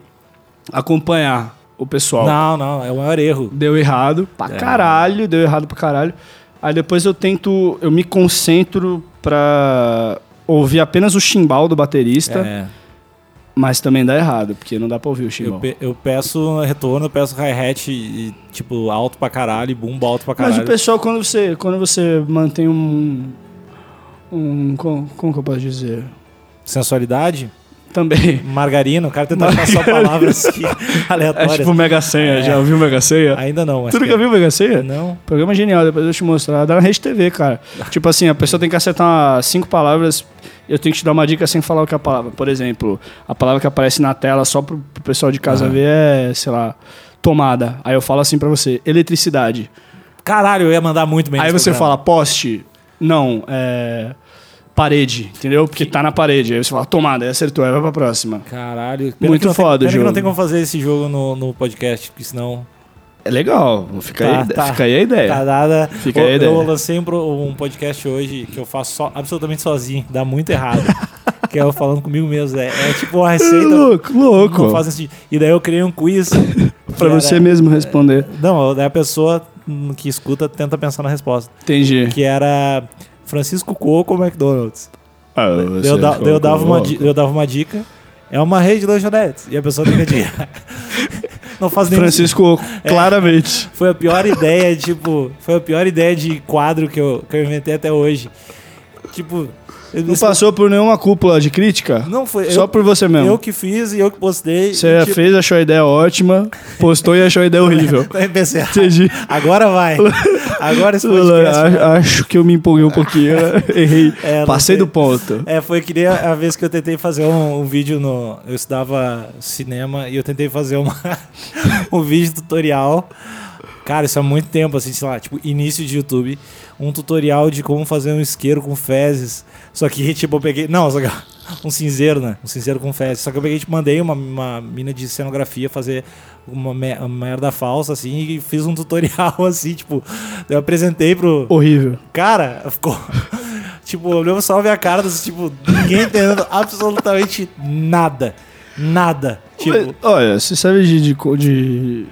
acompanhar o pessoal.
Não, não, é o maior erro.
Deu errado É. pra caralho, deu errado pra caralho. Aí depois eu tento, eu me concentro pra ouvir apenas o chimbal do baterista,
É.
mas também dá errado, porque não dá pra ouvir o
Eu,
chimbal.
pe- eu peço retorno, eu peço hi-hat, e, tipo, alto pra caralho, e bumbo alto pra
Mas
caralho.
o pessoal, quando você, quando você mantém um. um como, como que eu posso dizer?
Sensualidade?
Também.
Margarina, o cara tenta achar só palavras que-
É
aleatórias.
tipo Mega Senha, já ouviu Mega Senha?
Ainda não, mas.
Tu nunca viu Mega Senha?
Não.
Programa genial, depois eu te mostrar. Dá na Rede TV, cara. tipo assim, a pessoa tem que acertar cinco palavras. Eu tenho que te dar uma dica sem falar o que é a palavra. Por exemplo, a palavra que aparece na tela só pro, pro pessoal de casa ver é, sei lá, tomada. Aí eu falo assim pra você, eletricidade.
Caralho, eu ia mandar muito bem
Aí
nesse
você
programa.
fala poste. Não, é parede, entendeu? Porque tá na parede. Aí você fala tomada, aí acertou, aí vai pra próxima.
Caralho,
Muito
que não tem-
foda o
pena que
jogo.
não tem como fazer esse jogo no, no podcast, porque senão.
É legal, fica,
Tá,
aí,
tá.
fica aí a ideia.
Tá nada.
Fica
eu,
aí a ideia.
eu lancei um, pro- um podcast hoje que eu faço só- absolutamente sozinho, dá muito errado. que é eu falando comigo mesmo. É, é tipo uma receita.
Louco, louco.
Não faz sentido. E daí eu criei um quiz.
Pra você
né?
mesmo responder.
Não, daí a pessoa hum, que escuta tenta pensar na resposta.
Entendi.
Que era Francisco Coco ou McDonald's?
Ah,
Daí Eu,
você
da- daí eu dava uma,
colocou.
di- eu dava uma dica. É uma rede de lanchonetes. E a pessoa tem que adivinhar. Não faz nem É.
Francisco, claramente.
Foi a pior ideia, tipo. Foi a pior ideia de quadro que eu, que eu inventei até hoje. Tipo,
Não passou por nenhuma cúpula de crítica?
Não foi.
Só
eu,
por você mesmo.
eu que fiz e eu que postei.
Você
e, tipo,
fez, achou a ideia ótima, postou e achou a ideia horrível.
eu pensei, ah,
Entendi.
agora vai. Agora esse podcast vai.
A- Acho que eu me empolguei um pouquinho, né? errei.
É, não
Passei
sei.
do ponto.
É, foi que nem a a vez que eu tentei fazer um, um vídeo no. Eu estudava cinema e eu tentei fazer uma, um vídeo tutorial. Cara, isso há muito tempo, assim, sei lá, tipo, início de YouTube. Um tutorial de como fazer um isqueiro com fezes. Só que, tipo, eu peguei. Não, só que, um cinzeiro, né? Um cinzeiro com fezes. Só que eu peguei, tipo, mandei uma, uma mina de cenografia fazer uma, me- uma merda falsa, assim, e fiz um tutorial, assim, tipo. Eu apresentei pro.
Horrível.
Cara, ficou. tipo, olhou só ver a cara dos, tipo, ninguém entendendo absolutamente nada. Nada. Tipo,
Mas, olha, você sabe de, de co- de-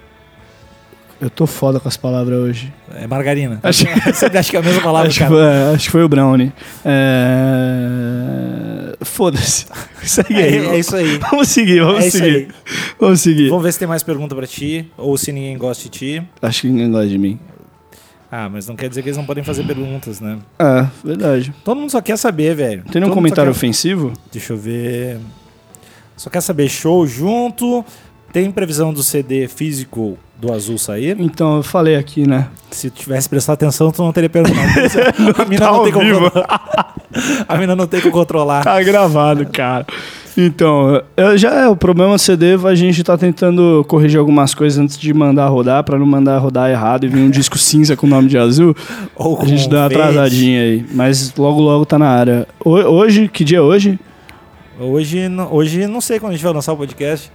Eu tô foda com as palavras hoje.
é margarina.
Acho-
Sempre acho que é a mesma palavra,
acho, que
cara.
foi, acho que foi o Brownie. É... Foda-se. Segue
É,
aí.
é isso aí.
Vamos seguir, vamos
É isso
seguir.
aí.
Vamos seguir.
Vamos ver se tem mais pergunta pra ti, ou se ninguém gosta de ti.
Acho que ninguém gosta de mim.
Ah, mas não quer dizer que eles não podem fazer perguntas, né?
É, verdade.
Todo mundo só quer saber, velho.
Tem
Todo
nenhum
mundo só
comentário
quer-
ofensivo?
Deixa eu ver. Só quer saber, show junto. Tem previsão do CD físico do azul sair?
Então, eu falei aqui, né?
Se tu tivesse prestado atenção, tu não teria perguntado. a mina
tá
não
ao
tem como
vivo.
controlar. A mina não tem como controlar.
Tá gravado, cara. Então, eu já é o problema do CD, a gente tá tentando corrigir algumas coisas antes de mandar rodar, pra não mandar rodar errado e vir um disco cinza com o nome de azul.
Ou
A gente
com
dá uma
fade.
atrasadinha aí, mas logo logo tá na área. Ho- Hoje, que dia é hoje?
Hoje, não- hoje não sei quando a gente vai lançar o podcast.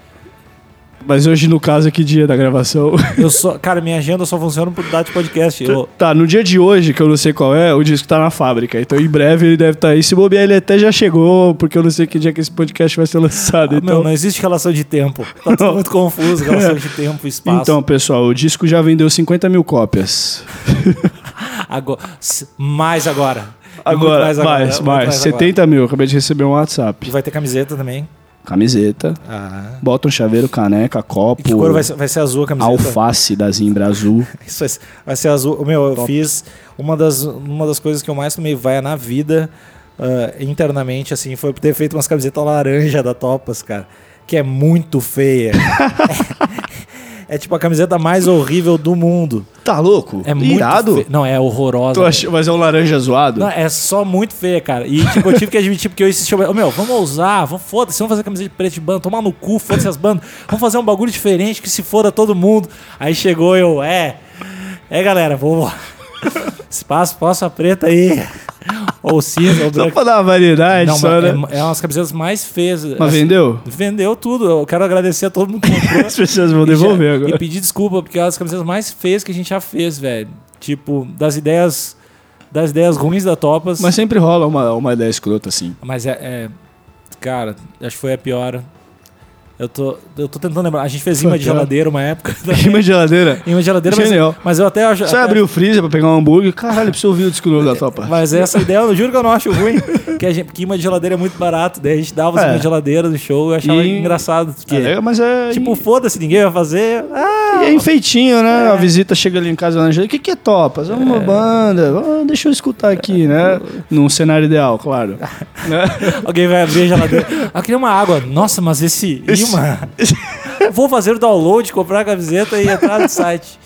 Mas hoje, no caso, é que dia da gravação?
Eu só, cara, minha agenda só funciona por data de podcast. Eu,
Tá, no dia de hoje, que eu não sei qual é, o disco tá na fábrica. Então, em breve, ele deve estar tá aí. Se bobear, ele até já chegou, porque eu não sei que dia que esse podcast vai ser lançado.
Ah,
então,
meu, não existe relação de tempo. Tá tudo muito confuso, relação de tempo e espaço.
então, pessoal, o disco já vendeu 50 mil cópias.
Agora, s- mais agora. E muito
Agora, mais, mais,
muito agora.
70 mil. Acabei de receber um
E
WhatsApp.
vai ter camiseta também.
Camiseta,
Ah.
bota um chaveiro, caneca,
E que cor
copo,
vai ser, vai ser azul a camiseta?
alface da Zimbra Azul.
Isso vai ser- vai ser azul. Meu, eu
Top.
fiz uma das, uma das coisas que eu mais tomei vaia na vida ah, internamente, assim, foi por ter feito umas camisetas laranja da Topas, cara. Que é muito feia. é, tipo a camiseta mais horrível do mundo.
Tá louco?
É muito feia. Não, é horrorosa.
Tu acha- mas é um laranja zoado?
Não, é só muito feia, cara. E tipo, eu tive que admitir, porque eu insisti, ô meu, vamos usar, vamos, foda-se, vamos fazer camiseta de preto de banda, tomar no cu, foda-se as bandas, vamos fazer um bagulho diferente que se foda todo mundo. Aí chegou eu, é, é galera, vamos. Espaço, posso a preta aí. Ou cinza, ou
Só
branco.
pra dar uma variedade,
Não,
só,
mas
né?
é, é umas camisetas mais feias.
Mas
Assim,
vendeu?
Vendeu tudo. Eu quero agradecer a todo mundo que comprou.
As pessoas vão
E já-
devolver
E
agora.
pedir desculpa, porque é uma das camisetas mais feias que a gente já fez, velho. Tipo, das ideias. Das ideias ruins da Topas.
Mas sempre rola uma, uma ideia escrota, assim.
Mas é, é- Cara, acho que foi a pior. Eu tô, eu tô tentando lembrar. A gente fez
Foi
imã
a
de
pior.
geladeira uma época.
Queima a geladeira.
imã de geladeira,
Genial.
mas, mas eu até acho.
Você
até-
abriu o freezer pra pegar um hambúrguer. Caralho, preciso ouvir o disco novo da topa.
Mas essa ideia, eu juro que eu não acho ruim. que, a gente, que imã de geladeira é muito barato. Daí a gente dava os
É.
imãs de geladeira no show. Eu achava
E-
engraçado. Porque,
É, mas é.
tipo, foda-se, ninguém vai fazer. Ah,
E é enfeitinho, né? A visita chega ali em casa da Angélica. O que, que é topas? É uma banda. Ah, deixa eu escutar aqui, né? Num cenário ideal, claro. Né?
alguém vai abrir a geladeira. Ah, queria uma água. Nossa, mas esse
Esse-
imã. Vou fazer o download, comprar a camiseta e entrar no site.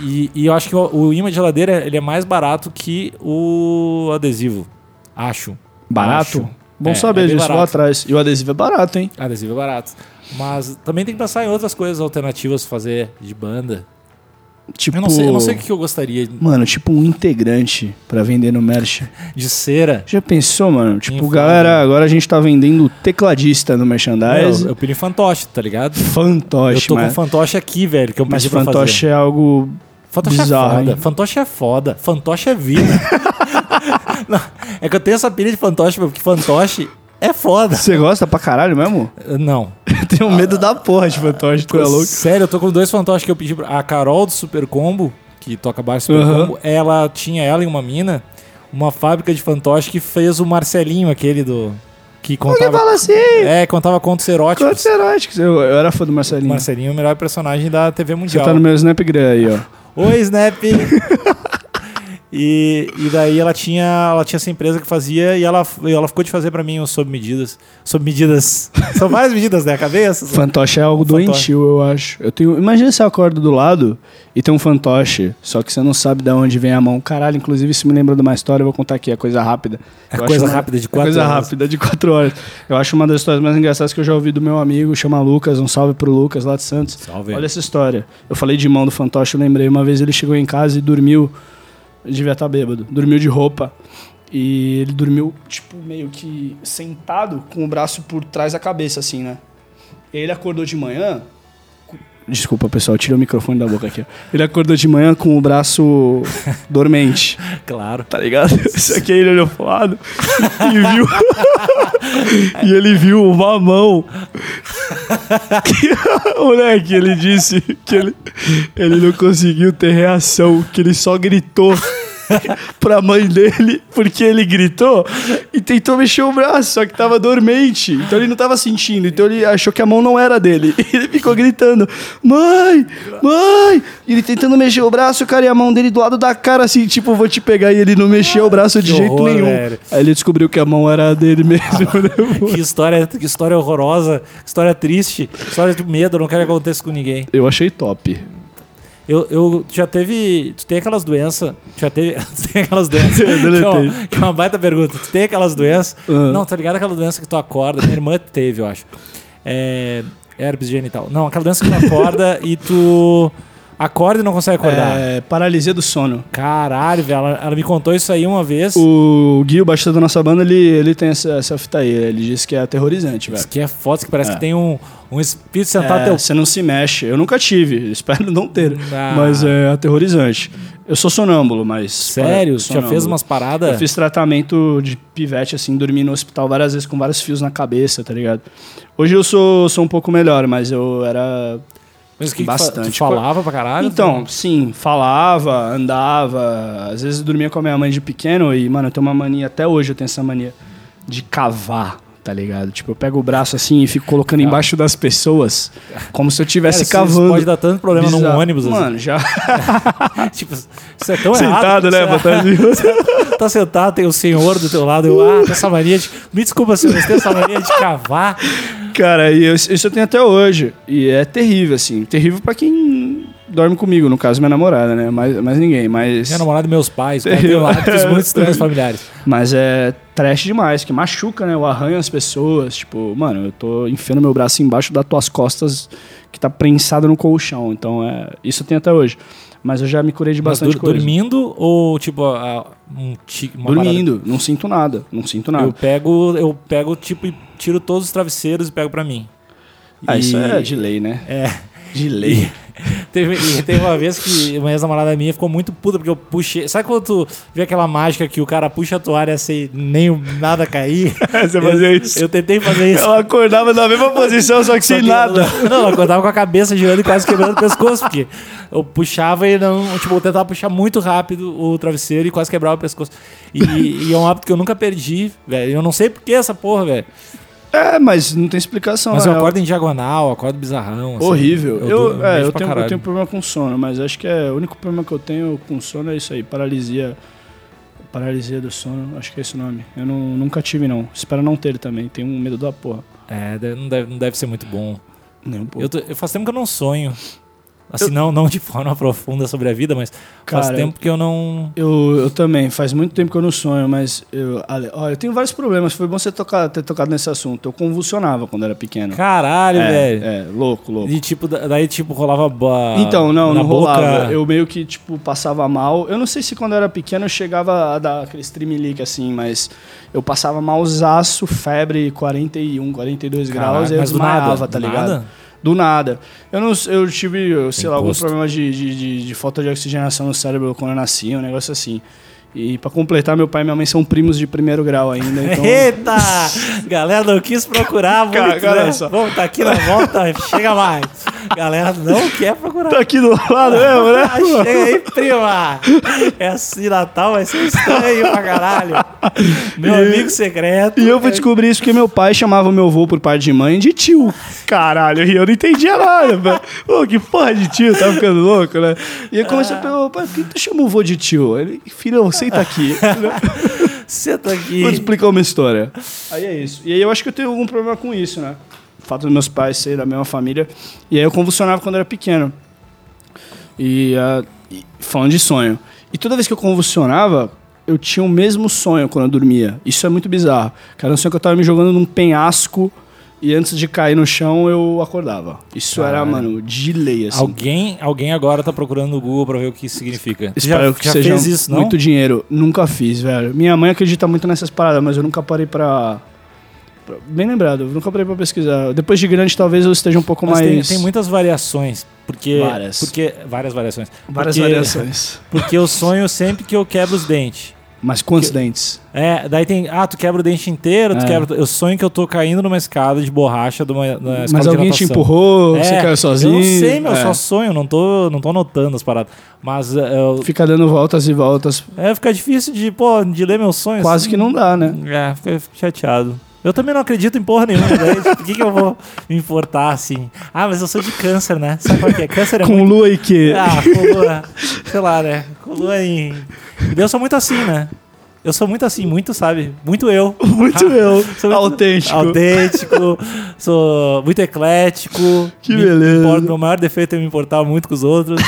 E, e eu acho que o, o imã de geladeira ele é mais barato que o adesivo. Acho.
Barato?
Acho.
Bom
É, é
saber
bem
disso, vou
barato.
atrás. E o adesivo é barato, hein?
Adesivo é barato. Mas também tem que pensar em outras coisas alternativas pra fazer de banda.
Tipo.
Eu não sei, eu não sei o que eu gostaria
Mano, tipo um integrante pra vender no merch.
de cera.
Já pensou, mano? Tipo,
Infame.
galera, agora a gente tá vendendo tecladista no merchandise.
Eu, eu pedi fantoche, tá ligado?
Ah, Fantoche,
eu tô
mas,
com fantoche aqui, velho, que eu
mas
pedi pra fazer.
fantoche é algo.
Fantoche
Bizarro, né?
é foda.
hein?
Fantoche é foda. Fantoche é vida. Não, é que eu tenho essa pilha de fantoche, meu, porque fantoche é foda.
Você gosta pra caralho mesmo?
Não.
Eu tenho medo da porra de fantoche, tu é louco.
Sério, eu tô com dois fantoches que eu pedi pra... A Carol do Super Combo, que toca baixo Super
Aham.
Combo, ela tinha ela e uma mina, uma fábrica de fantoche que fez o Marcelinho, aquele do... Que
Alguém
contava...
fala assim?
É, contava contos eróticos.
Tipo, Quantos eróticos? Eu, eu era fã do Marcelinho.
Marcelinho é o melhor personagem da TV
Você
mundial.
tá no meu Snapgram aí, ó.
Oi, Snap! E, e daí ela tinha, ela tinha essa empresa que fazia e ela, e ela ficou de fazer pra mim os sob medidas. Sob medidas. São várias medidas, né? A cabeça.
Fantoche é algo
Fantoche.
doentio, eu acho. Eu tenho. Imagina se eu acordo do lado e tem um fantoche, só que você não sabe de onde vem a mão. Caralho, inclusive isso me lembra de uma história, eu vou contar aqui, é coisa rápida.
É
Eu
coisa
acho
rápida de
é
quatro
Coisa
horas.
rápida de quatro horas. Eu acho uma das histórias mais engraçadas que eu já ouvi do meu amigo, chama Lucas, um salve pro Lucas lá de Santos.
Salve.
Olha essa história. Eu falei de mão do fantoche, eu lembrei. Uma vez ele chegou em casa e dormiu. Devia estar bêbado. Dormiu de roupa. E ele dormiu, tipo, meio que sentado com o braço por trás da cabeça, assim, né? E aí ele acordou de manhã. cu- Desculpa, pessoal, tirei o microfone da boca aqui. ó. Ele acordou de manhã com o braço dormente,
Claro.
tá ligado? Só que aí ele olhou pro lado e viu. e ele viu uma mão. Moleque, ele disse que ele, ele não conseguiu ter reação, que ele só gritou pra mãe dele, porque ele gritou e tentou mexer o braço, só que tava dormente. Então ele não tava sentindo, então ele achou que a mão não era dele. E ele ficou gritando: Mãe! Mãe! E ele tentando mexer o braço, cara, e a mão dele do lado da cara, assim, tipo, vou te pegar. E ele não mexeu o braço de
Que
jeito
horror,
nenhum.
velho.
Aí ele descobriu que a mão era dele mesmo. né?
Que história, que história horrorosa, que história triste, que história de medo, eu não quero que aconteça com ninguém.
Eu achei top.
Eu, eu tu já teve. Tu tem aquelas doenças. Tu já teve. Tu tem aquelas doenças.
Eu
que, é
deletei.
uma, que é uma baita pergunta. Tu tem aquelas doenças.
Ah.
Não, tá ligado aquela doença que tu acorda. Minha irmã teve, eu acho. É. Herpes genital. Não, aquela doença que tu acorda e tu. Acorda e não consegue acordar.
É, paralisia do sono.
Caralho, velho. Ela, ela me contou isso aí uma vez.
O Gui, o baixista da nossa banda, ele, ele tem essa, essa fita aí. Ele disse que é aterrorizante,
Diz
velho.
que é foto que parece
É.
que tem um, um espírito
É,
sentado no teu.
Você não se mexe. Eu nunca tive. Espero não ter.
Ah.
Mas é aterrorizante. Eu sou sonâmbulo, mas...
Sério? Tu já
Sonâmbulo.
fez umas paradas?
é Eu fiz tratamento de pivete, assim, dormi no hospital várias vezes com vários fios na cabeça, tá ligado? Hoje eu sou, sou um pouco melhor, mas eu era
Mas o que
bastante.
Que tu fa- tu falava pra caralho?
Então, sim, falava, andava, às vezes eu dormia com a minha mãe de pequeno e, mano, eu tenho uma mania, até hoje eu tenho essa mania de cavar, tá ligado? Tipo, eu pego o braço assim e fico colocando embaixo das pessoas, como é se eu estivesse
Cara, isso- isso
cavando.
pode dar tanto problema num
Bizarro.
ônibus, assim.
Mano, já
Tipo, isso é tão errado.
sentado, né?
Você-
botando-
tá sentado, tem o senhor do teu lado. Eu, ah, tem essa mania de. Me desculpa, senhor, mas tem essa mania de cavar.
Cara, e eu- isso eu tenho até hoje. E é terrível, assim. Terrível pra quem dorme comigo, no caso, minha namorada, né? Mais, mais ninguém, mas...
Minha namorada e meus pais, cara, tem hábitos muito estranhos familiares.
Mas é trash demais, que machuca, né? Eu arranho as pessoas. Tipo, mano, eu tô enfiando meu braço embaixo das tuas costas que tá prensado no colchão. Então, é, isso eu tenho até hoje. Mas eu já me curei de
Mas
bastante
dur-
coisa.
dormindo ou tipo. a- a- um ti- uma
Dormindo, não sinto nada, não sinto
parada-
nada.
Eu pego, eu pego, tipo, e tiro todos os travesseiros e pego pra mim.
Ah, isso
E-
é de lei, né?
É.
De lei.
Teve, e teve uma vez que uma ex-namorada minha ficou muito puta porque eu puxei. Sabe quando tu vê aquela mágica que o cara puxa a toalha sem nem o- nada cair?
Você
eu, eu tentei fazer É, isso.
Ela acordava na mesma posição, só que
Só que eu- Não, eu acordava com a cabeça girando e quase quebrando o pescoço, porque eu puxava e não. Tipo, eu tentava puxar muito rápido o travesseiro e quase quebrava o pescoço. E, e é um hábito que eu nunca perdi, velho. Eu não sei por que essa porra, velho.
É, mas não tem explicação.
Mas
na
eu
real.
acordo em diagonal, acordo bizarrão. assim.
Horrível. Eu,
durmo,
é,
mexo
eu,
pra
tenho, eu
caralho.
tenho problema com sono, mas acho que é o único problema que eu tenho com sono é isso aí, paralisia. Paralisia do sono, acho que é esse o nome. Eu não, nunca tive, não. Espero não ter também. Tenho um medo da porra.
É, deve- não deve, não deve ser muito bom.
Nem um pouco.
Eu, tô- eu faz tempo que eu não sonho. Assim, não, não de forma profunda sobre a vida, mas
Cara,
faz tempo que eu não.
Eu, eu também, faz muito tempo que eu não sonho, mas eu, Ale- ó, eu tenho vários problemas. Foi bom você tocar, ter tocado nesse assunto. Eu convulsionava quando era pequeno.
Caralho,
é,
velho.
é, louco, louco.
E tipo, da- daí tipo rolava. ba-
Então, não,
na
não
boca.
rolava. Eu meio que, tipo, passava mal. Eu não sei se quando eu era pequeno eu chegava a dar aquele tremelique assim, mas eu passava malzaço, febre 41, 42
Caralho,
graus e eu
mas do nada,
desmaiava, tá
do
ligado?
nada?
Do nada. Eu, não, eu tive, eu sei lá, algum
gosto.
problema de, de, de- de falta de oxigenação no cérebro quando eu nasci, um negócio assim. E pra completar, meu pai e minha mãe são primos de primeiro grau ainda, então...
Eita! Galera, não quis procurar muito,
Cara, cara,
né?
só-
Bom, tá aqui na volta, chega mais. Galera não quer procurar.
Tá aqui do lado mesmo, né?
Ah, Chega aí, prima! É assim, Natal vai ser estranho pra caralho. Meu
E-
amigo secreto.
E eu fui
É-
descobrir isso porque meu pai chamava meu avô por parte de mãe de tio. Caralho, e eu não entendia nada, velho. Ô, que porra de tio, tá ficando louco, né? E eu comecei a perguntar, pai, por que tu chama o vô de tio? Ele, filhão, senta aqui.
Senta aqui.
Vou te explicar uma história. Aí é isso. E aí eu acho que eu tenho algum problema com isso, né? O fato dos meus pais serem da mesma família. E aí eu convulsionava quando era pequeno. E, ah, e- falando de sonho. E toda vez que eu convulsionava, eu tinha o mesmo sonho quando eu dormia. Isso é muito bizarro. Cara, um sonho que eu tava me jogando num penhasco e antes de cair no chão eu acordava. Isso era,
Caralho.
mano, de lei, assim.
Alguém, alguém agora tá procurando no Google pra ver o que isso significa. Você
Espero que seja
fez isso, não?
muito dinheiro. Nunca fiz, velho. Minha mãe acredita muito nessas paradas, mas eu nunca parei pra... pra- Bem lembrado, eu nunca parei pra pesquisar. Depois de grande, talvez eu esteja um pouco
Mas tem,
mais...
tem muitas variações. Porque,
Várias.
porque. Várias variações.
Várias
porque,
variações.
Porque eu sonho sempre que eu quebro os dentes.
Mas quantos dentes?
É, daí tem. Ah, tu quebra o dente inteiro, tu
É.
quebra. Eu sonho que eu tô caindo numa escada de borracha de uma. na escola
Mas
de
alguém te
natação.
empurrou,
É,
você caiu sozinho.
Eu não sei, meu,
É.
só sonho, não tô, não tô notando as paradas. Mas é, eu-
Fica dando voltas e voltas.
é, fica difícil de, pô, de ler meus sonhos. assim.
Quase que não dá, né?
É, fica- fico chateado. Eu também não acredito em porra nenhuma, né? Tipo, Por que, que eu vou me importar assim? Ah, mas eu sou de câncer, né? Sabe qual que é? Câncer é
Com
muito.
lua e que...
Ah, coluna. Sei lá, né? Coluna em. Eu sou muito assim, né? Eu sou muito assim, muito, sabe? Muito eu.
Muito
Ah,
eu.
Sou é muito
autêntico.
Autêntico. sou muito eclético.
Que
Me
beleza.
importo- meu maior defeito é me importar muito com os outros.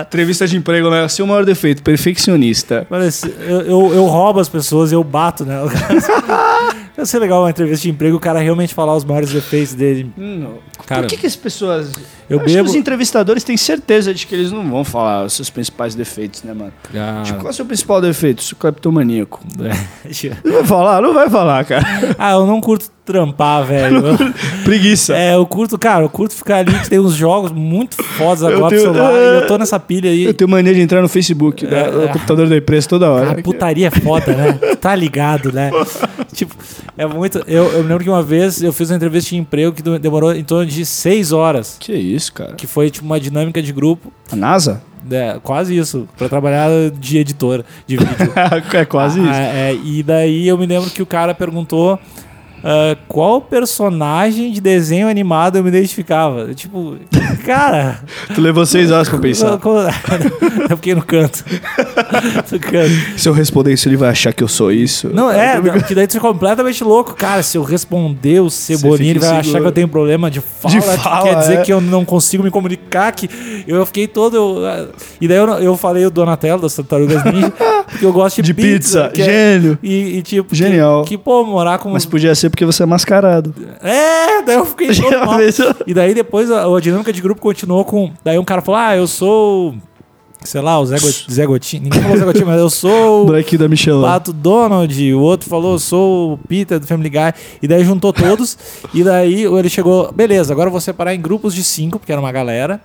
Entrevista de emprego, né? Seu maior defeito, perfeccionista.
Mano, esse- assim, eu, eu, eu roubo as pessoas, eu bato nelas. Ia ser legal uma entrevista de emprego, o cara realmente falar os maiores defeitos dele. Hum, Cara,
Por que, que as pessoas.
eu
acho
bebo-
que os entrevistadores têm certeza de que eles não vão falar os seus principais defeitos, né, mano? Tipo, qual é o seu principal defeito? Sou cleptomaníaco. Não vai falar? Não vai falar, cara.
ah, eu não curto trampar, velho.
Preguiça.
É, eu curto, cara, eu curto ficar ali que tem uns jogos muito fodas
Eu
agora pro
tenho-
celular.
é.
e eu tô nessa pilha aí.
Eu tenho mania de entrar no Facebook, né,
É,
no
é.
computador da empresa toda hora.
A putaria é foda, né? Tu tá ligado, né? tipo, é muito. Eu, eu me lembro que uma vez eu fiz uma entrevista de emprego que demorou em torno de seis horas.
Que isso, cara?
Que foi tipo uma dinâmica de grupo.
A NASA?
É, quase isso. Pra trabalhar de editor de vídeo.
é quase
Ah,
isso.
é, e daí eu me lembro que o cara perguntou ah, qual personagem de desenho animado eu me identificava. Eu, tipo, cara.
é. Tu levou seis horas pra pensar.
co- co- eu fiquei no canto. no canto.
Se eu responder isso, ele vai achar que eu sou isso.
Não, é, porque daí tu é completamente louco. Cara, se eu responder o Cebolinha,
fica
ele vai achar
inseguro. né?
que eu tenho problema de fala,
De
que
fala,
quer dizer
é.
que eu não consigo me comunicar, que eu fiquei todo... eu- ah, E daí eu, eu falei o Donatello das Tartarugas Ninja, porque eu gosto de,
De pizza.
que é-
Gênio.
E, e tipo, que-
Genial.
Que, pô, morar com.
Mas podia ser porque você é mascarado.
É, daí eu fiquei todo
Já
mal.
pensou?
E daí depois a, a dinâmica de grupo continuou com. Daí um cara falou: Ah, eu sou. Sei lá, o Zé, Got- Zé Gotinho. Ninguém falou Zé Gotinho, mas eu sou.
O
o
Buraquinho da Michelin.
Pato Donald, o outro falou, eu sou o Peter do Family Guy, e daí juntou todos, e daí ele chegou, beleza, agora eu vou separar em grupos de cinco, porque era uma galera,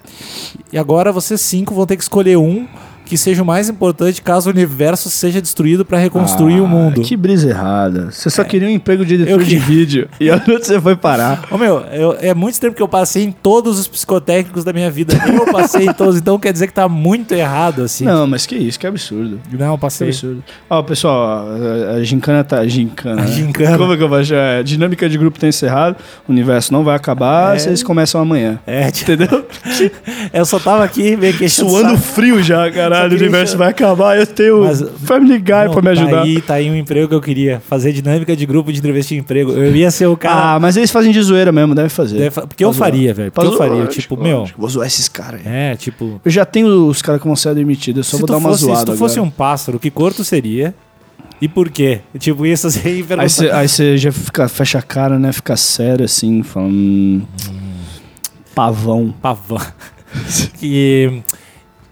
e agora vocês cinco vão ter que escolher um que seja o mais importante caso o universo seja destruído pra reconstruir o
Ah,
mundo.
Que brisa errada. Você só queria um emprego de editor
Eu
de
que-
vídeo. E olha onde você foi parar.
Ô meu, eu- é muito tempo que eu passei em todos os psicotécnicos da minha vida. Eu passei em todos, então quer dizer que tá muito errado, assim.
Não, mas que isso, que absurdo.
Não, eu
Que
passei.
absurdo. Ó, pessoal, a, a gincana tá. Gincana.
A
né?
gincana.
Como é que eu vou achar? A dinâmica de grupo tá encerrada, o universo não vai acabar,
É.
vocês começam amanhã.
É, tipo,
Entendeu?
eu só tava aqui meio que enchendo o
Suando
saco.
frio já, caralho. O
queria
universo
encher-
vai acabar, eu tenho
Mas-
Family Guy
Não,
pra me
tá
ajudar.
Aí, tá aí um emprego que eu queria. Fazer dinâmica de grupo de entrevista de emprego. Eu ia ser o cara.
Ah, mas eles fazem de zoeira mesmo, deve fazer.
Deve fa- porque eu
Pra zoar.
faria, velho.
Pra
Porque eu
zoar,
faria.
lógico,
tipo,
lógico. Vou zoar esses caras aí.
meu. É, tipo.
Eu já tenho os caras que vão ser demitidos, eu só
se
vou
tu
dar uma
fosse,
zoada.
se tu fosse
agora.
um pássaro, que cor tu seria? E por quê? Tipo, isso assim,
Aí você aí cê já fica, fecha a cara, né? Fica sério assim, falando. "Hum, pavão.
pavão. que.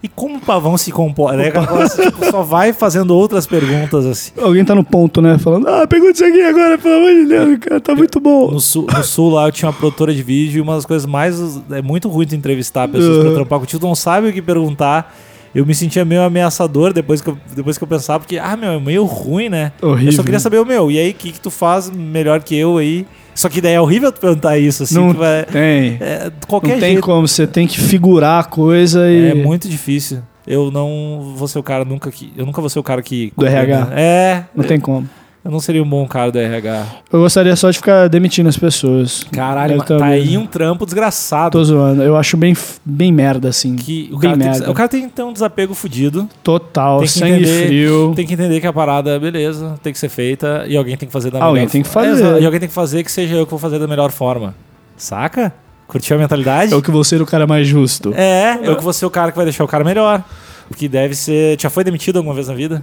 E como o pavão se comporta? Né? Aquela coisa, tipo, só vai fazendo outras perguntas assim.
Alguém tá no ponto, né? Falando, ah, pergunta isso aqui agora, pelo amor de Deus, cara, tá muito bom.
No sul, no sul lá eu tinha uma produtora de vídeo e uma das coisas mais. É muito ruim de entrevistar pessoas pra
Uhum.
trampar contigo, tu não sabe o que perguntar. Eu me sentia meio ameaçador depois que eu, depois que eu pensava, porque, ah, meu, é meio ruim, né? Eu
Horrível.
só queria saber o meu. E aí, o que, que tu faz melhor que eu aí? Só que daí é horrível tu perguntar isso, assim.
Não
tu vai-
tem.
é, qualquer
Não tem
jeito.
como, você tem que figurar a coisa e.
É muito difícil. Eu não vou ser o cara nunca que. Eu nunca vou ser o cara que.
Do RH.
É.
Não tem como.
Eu não seria um bom cara do RH.
Eu gostaria só de ficar demitindo as pessoas.
Caralho,
Eu
mas tá
também. né?
aí um trampo desgraçado.
Tô zoando. Eu acho bem, bem merda, assim.
Que o,
Bem
cara tem que-
merda.
o cara tem que ter um desapego fudido.
Total,
Tem que
sangue
entender-
frio.
Tem que entender que a parada, beleza, tem que ser feita e alguém tem que fazer da
Alguém
melhor
tem que fazer.
Exato, E alguém tem que fazer que seja eu que vou fazer da melhor forma. Saca? Curtiu a mentalidade?
É o que vou ser o cara mais justo.
É, eu que vou ser o cara que vai deixar o cara melhor. Porque deve ser. Já foi demitido alguma vez na vida?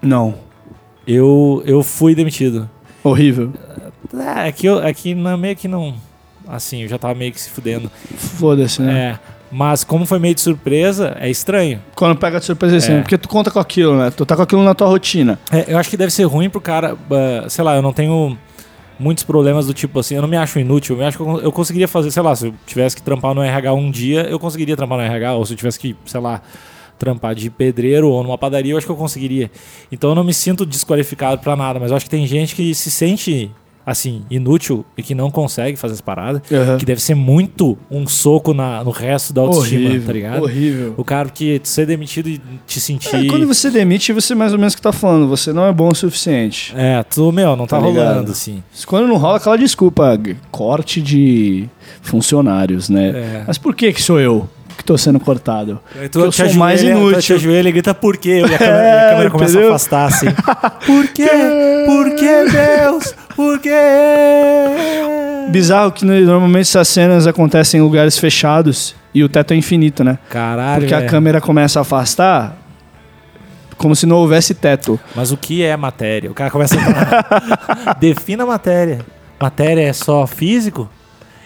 Não.
Eu, eu fui demitido.
Horrível.
É, é que eu é que na, meio que não. Assim, eu já tava meio que se fudendo.
Foda-se, né?
É. Mas como foi meio de surpresa, é estranho.
Quando pega de surpresa assim,
É.
porque tu conta com aquilo, né? Tu tá com aquilo na tua rotina.
É, eu acho que deve ser ruim pro cara. ah, sei lá, eu não tenho muitos problemas do tipo assim. Eu não me acho inútil. Eu me acho que eu, con- eu conseguiria fazer, sei lá, se eu tivesse que trampar no RH um dia, eu conseguiria trampar no RH. Ou se eu tivesse que, sei lá, trampar de pedreiro ou numa padaria, eu acho que eu conseguiria. Então eu não me sinto desqualificado pra nada. Mas eu acho que tem gente que se sente, assim, inútil e que não consegue fazer as paradas.
Uhum.
Que deve ser muito um soco na- no resto da autoestima,
horrível,
tá ligado?
horrível.
O cara que ser demitido e te sentir.
É, quando você demite, você mais ou menos que tá falando, você não é bom o suficiente.
É, tu, meu, não tá,
Tá ligado?
rolando, assim.
Quando não rola aquela desculpa, g- corte de funcionários, né?
É.
Mas por que que sou eu que tô sendo cortado?
Tu
eu
te
sou mais
ajoelha-
inútil.
Tu te ajoelha e grita por quê? E a câmera, e a
É,
câmera começa a
entendeu?
afastar, assim. Por quê? Por quê, Deus? Por quê?
Bizarro que né, normalmente essas cenas acontecem em lugares fechados e o teto é infinito, né?
Caralho,
Porque a
é.
câmera começa a afastar como se não houvesse teto.
Mas o que é matéria? O cara começa a falar. Defina a matéria. Matéria é só físico?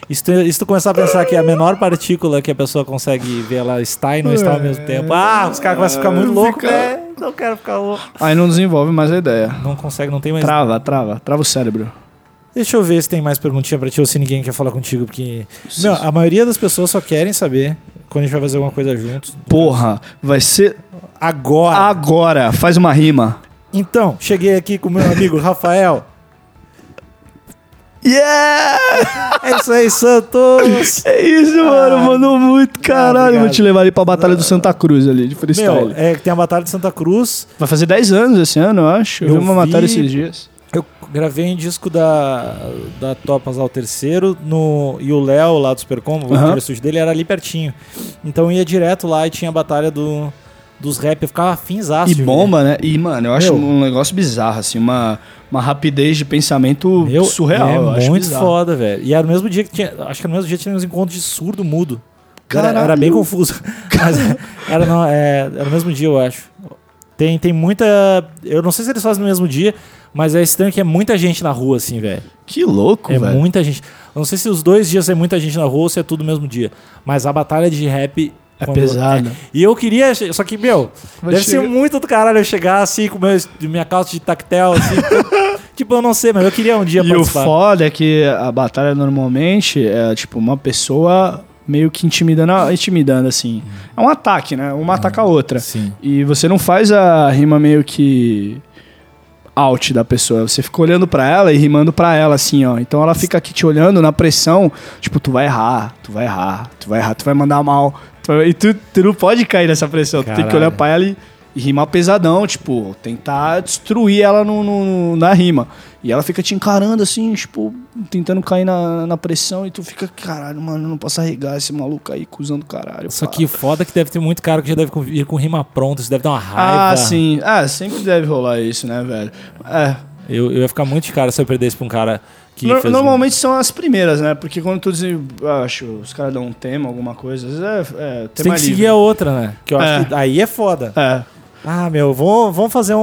E se tu, e se tu começar a pensar que é a menor partícula que a pessoa consegue ver, ela está e não está ao mesmo tempo. Ah, os caras começam a ficar muito loucos,
É, Fica-
né? Não quero ficar louco.
Aí não desenvolve mais a ideia.
Não consegue, não tem mais
Trava, trava, trava o cérebro.
Deixa eu ver se tem mais perguntinha pra ti ou se ninguém quer falar contigo, porque.
Sim.
Não, a maioria das pessoas só querem saber quando a gente vai fazer alguma coisa juntos.
Porra, vai ser
Agora!
Ah. agora. Faz uma rima.
Então, cheguei aqui com o meu amigo Rafael.
Yeah!
É isso aí, Santos!
É isso, mano. Mandou muito, caralho. Vou
obrigado.
te levar ali pra Batalha do Santa Cruz ali, de
Meu,
freestyle.
é que tem a Batalha de Santa Cruz.
Vai fazer 10 anos esse ano, eu acho. Eu,
Eu
vi uma
vi-
matéria esses dias.
Eu gravei em disco da, da Topas ao Terceiro no, e o Léo lá do Supercombo,
Aham.
o estúdio dele era ali pertinho. Então eu ia direto lá e tinha a batalha do, dos rap. Eu ficava finzaço.
E
de ver.
bomba, né? E, mano, eu acho
Meu.
um negócio bizarro, assim, uma, uma rapidez de pensamento
Meu,
surreal.
É
eu acho
muito
bizarro.
foda, velho. E era no mesmo dia que tinha. Acho que no mesmo dia tinha uns encontros de surdo mudo. Era,
Caralho.
era bem confuso. Mas era, no, é, era no mesmo dia, eu acho. Tem, tem muita. Eu não sei se eles fazem no mesmo dia, mas é estranho que é muita gente na rua, assim, velho.
Que louco,
É
velho.
muita gente. Eu não sei se os dois dias é muita gente na rua ou se é tudo no mesmo dia. Mas a batalha de rap.
É
quando-
pesado.
E eu queria. che- Só que, meu,
Vai
deve
chegar-
ser muito do caralho eu chegar assim com meu, minha calça de tactel, assim. tipo, eu não sei, mas eu queria um dia
E o
participar.
foda é que a batalha normalmente é tipo uma pessoa meio que intimidando, a- intimidando assim. É um ataque, né? Uma ataca a outra.
Sim.
E você não faz a rima meio que out da pessoa. Você fica olhando pra ela e rimando pra ela assim, ó. Então ela fica aqui te olhando na pressão, tipo, tu vai errar, tu vai errar, tu vai errar, tu vai mandar mal. Tu vai- E tu, tu não pode cair nessa pressão. Tu tem que
Caralho.
olhar pra ela e, e rimar pesadão, tipo, tentar destruir ela no, no- na rima. E ela fica te encarando assim, tipo, tentando cair na, na pressão e tu fica, caralho, mano, não posso arregar esse maluco aí, cuzão do caralho.
Só
pá."
que foda é que deve ter muito cara que já deve com- ir com rima pronta, isso deve dar uma raiva.
Ah, sim. Ah, sempre deve rolar isso, né, velho? É.
Eu, eu ia ficar muito de cara se eu perdesse pra um cara que
No-
fez um-
normalmente são as primeiras, né? Porque quando tu diz, ah, acho, os caras dão um tema, alguma coisa, às vezes é, é
Você tem
tema
que
livre.
seguir a outra, né? Que eu acho
É.
que aí é foda.
É.
Ah, meu, vamos, vamos fazer um,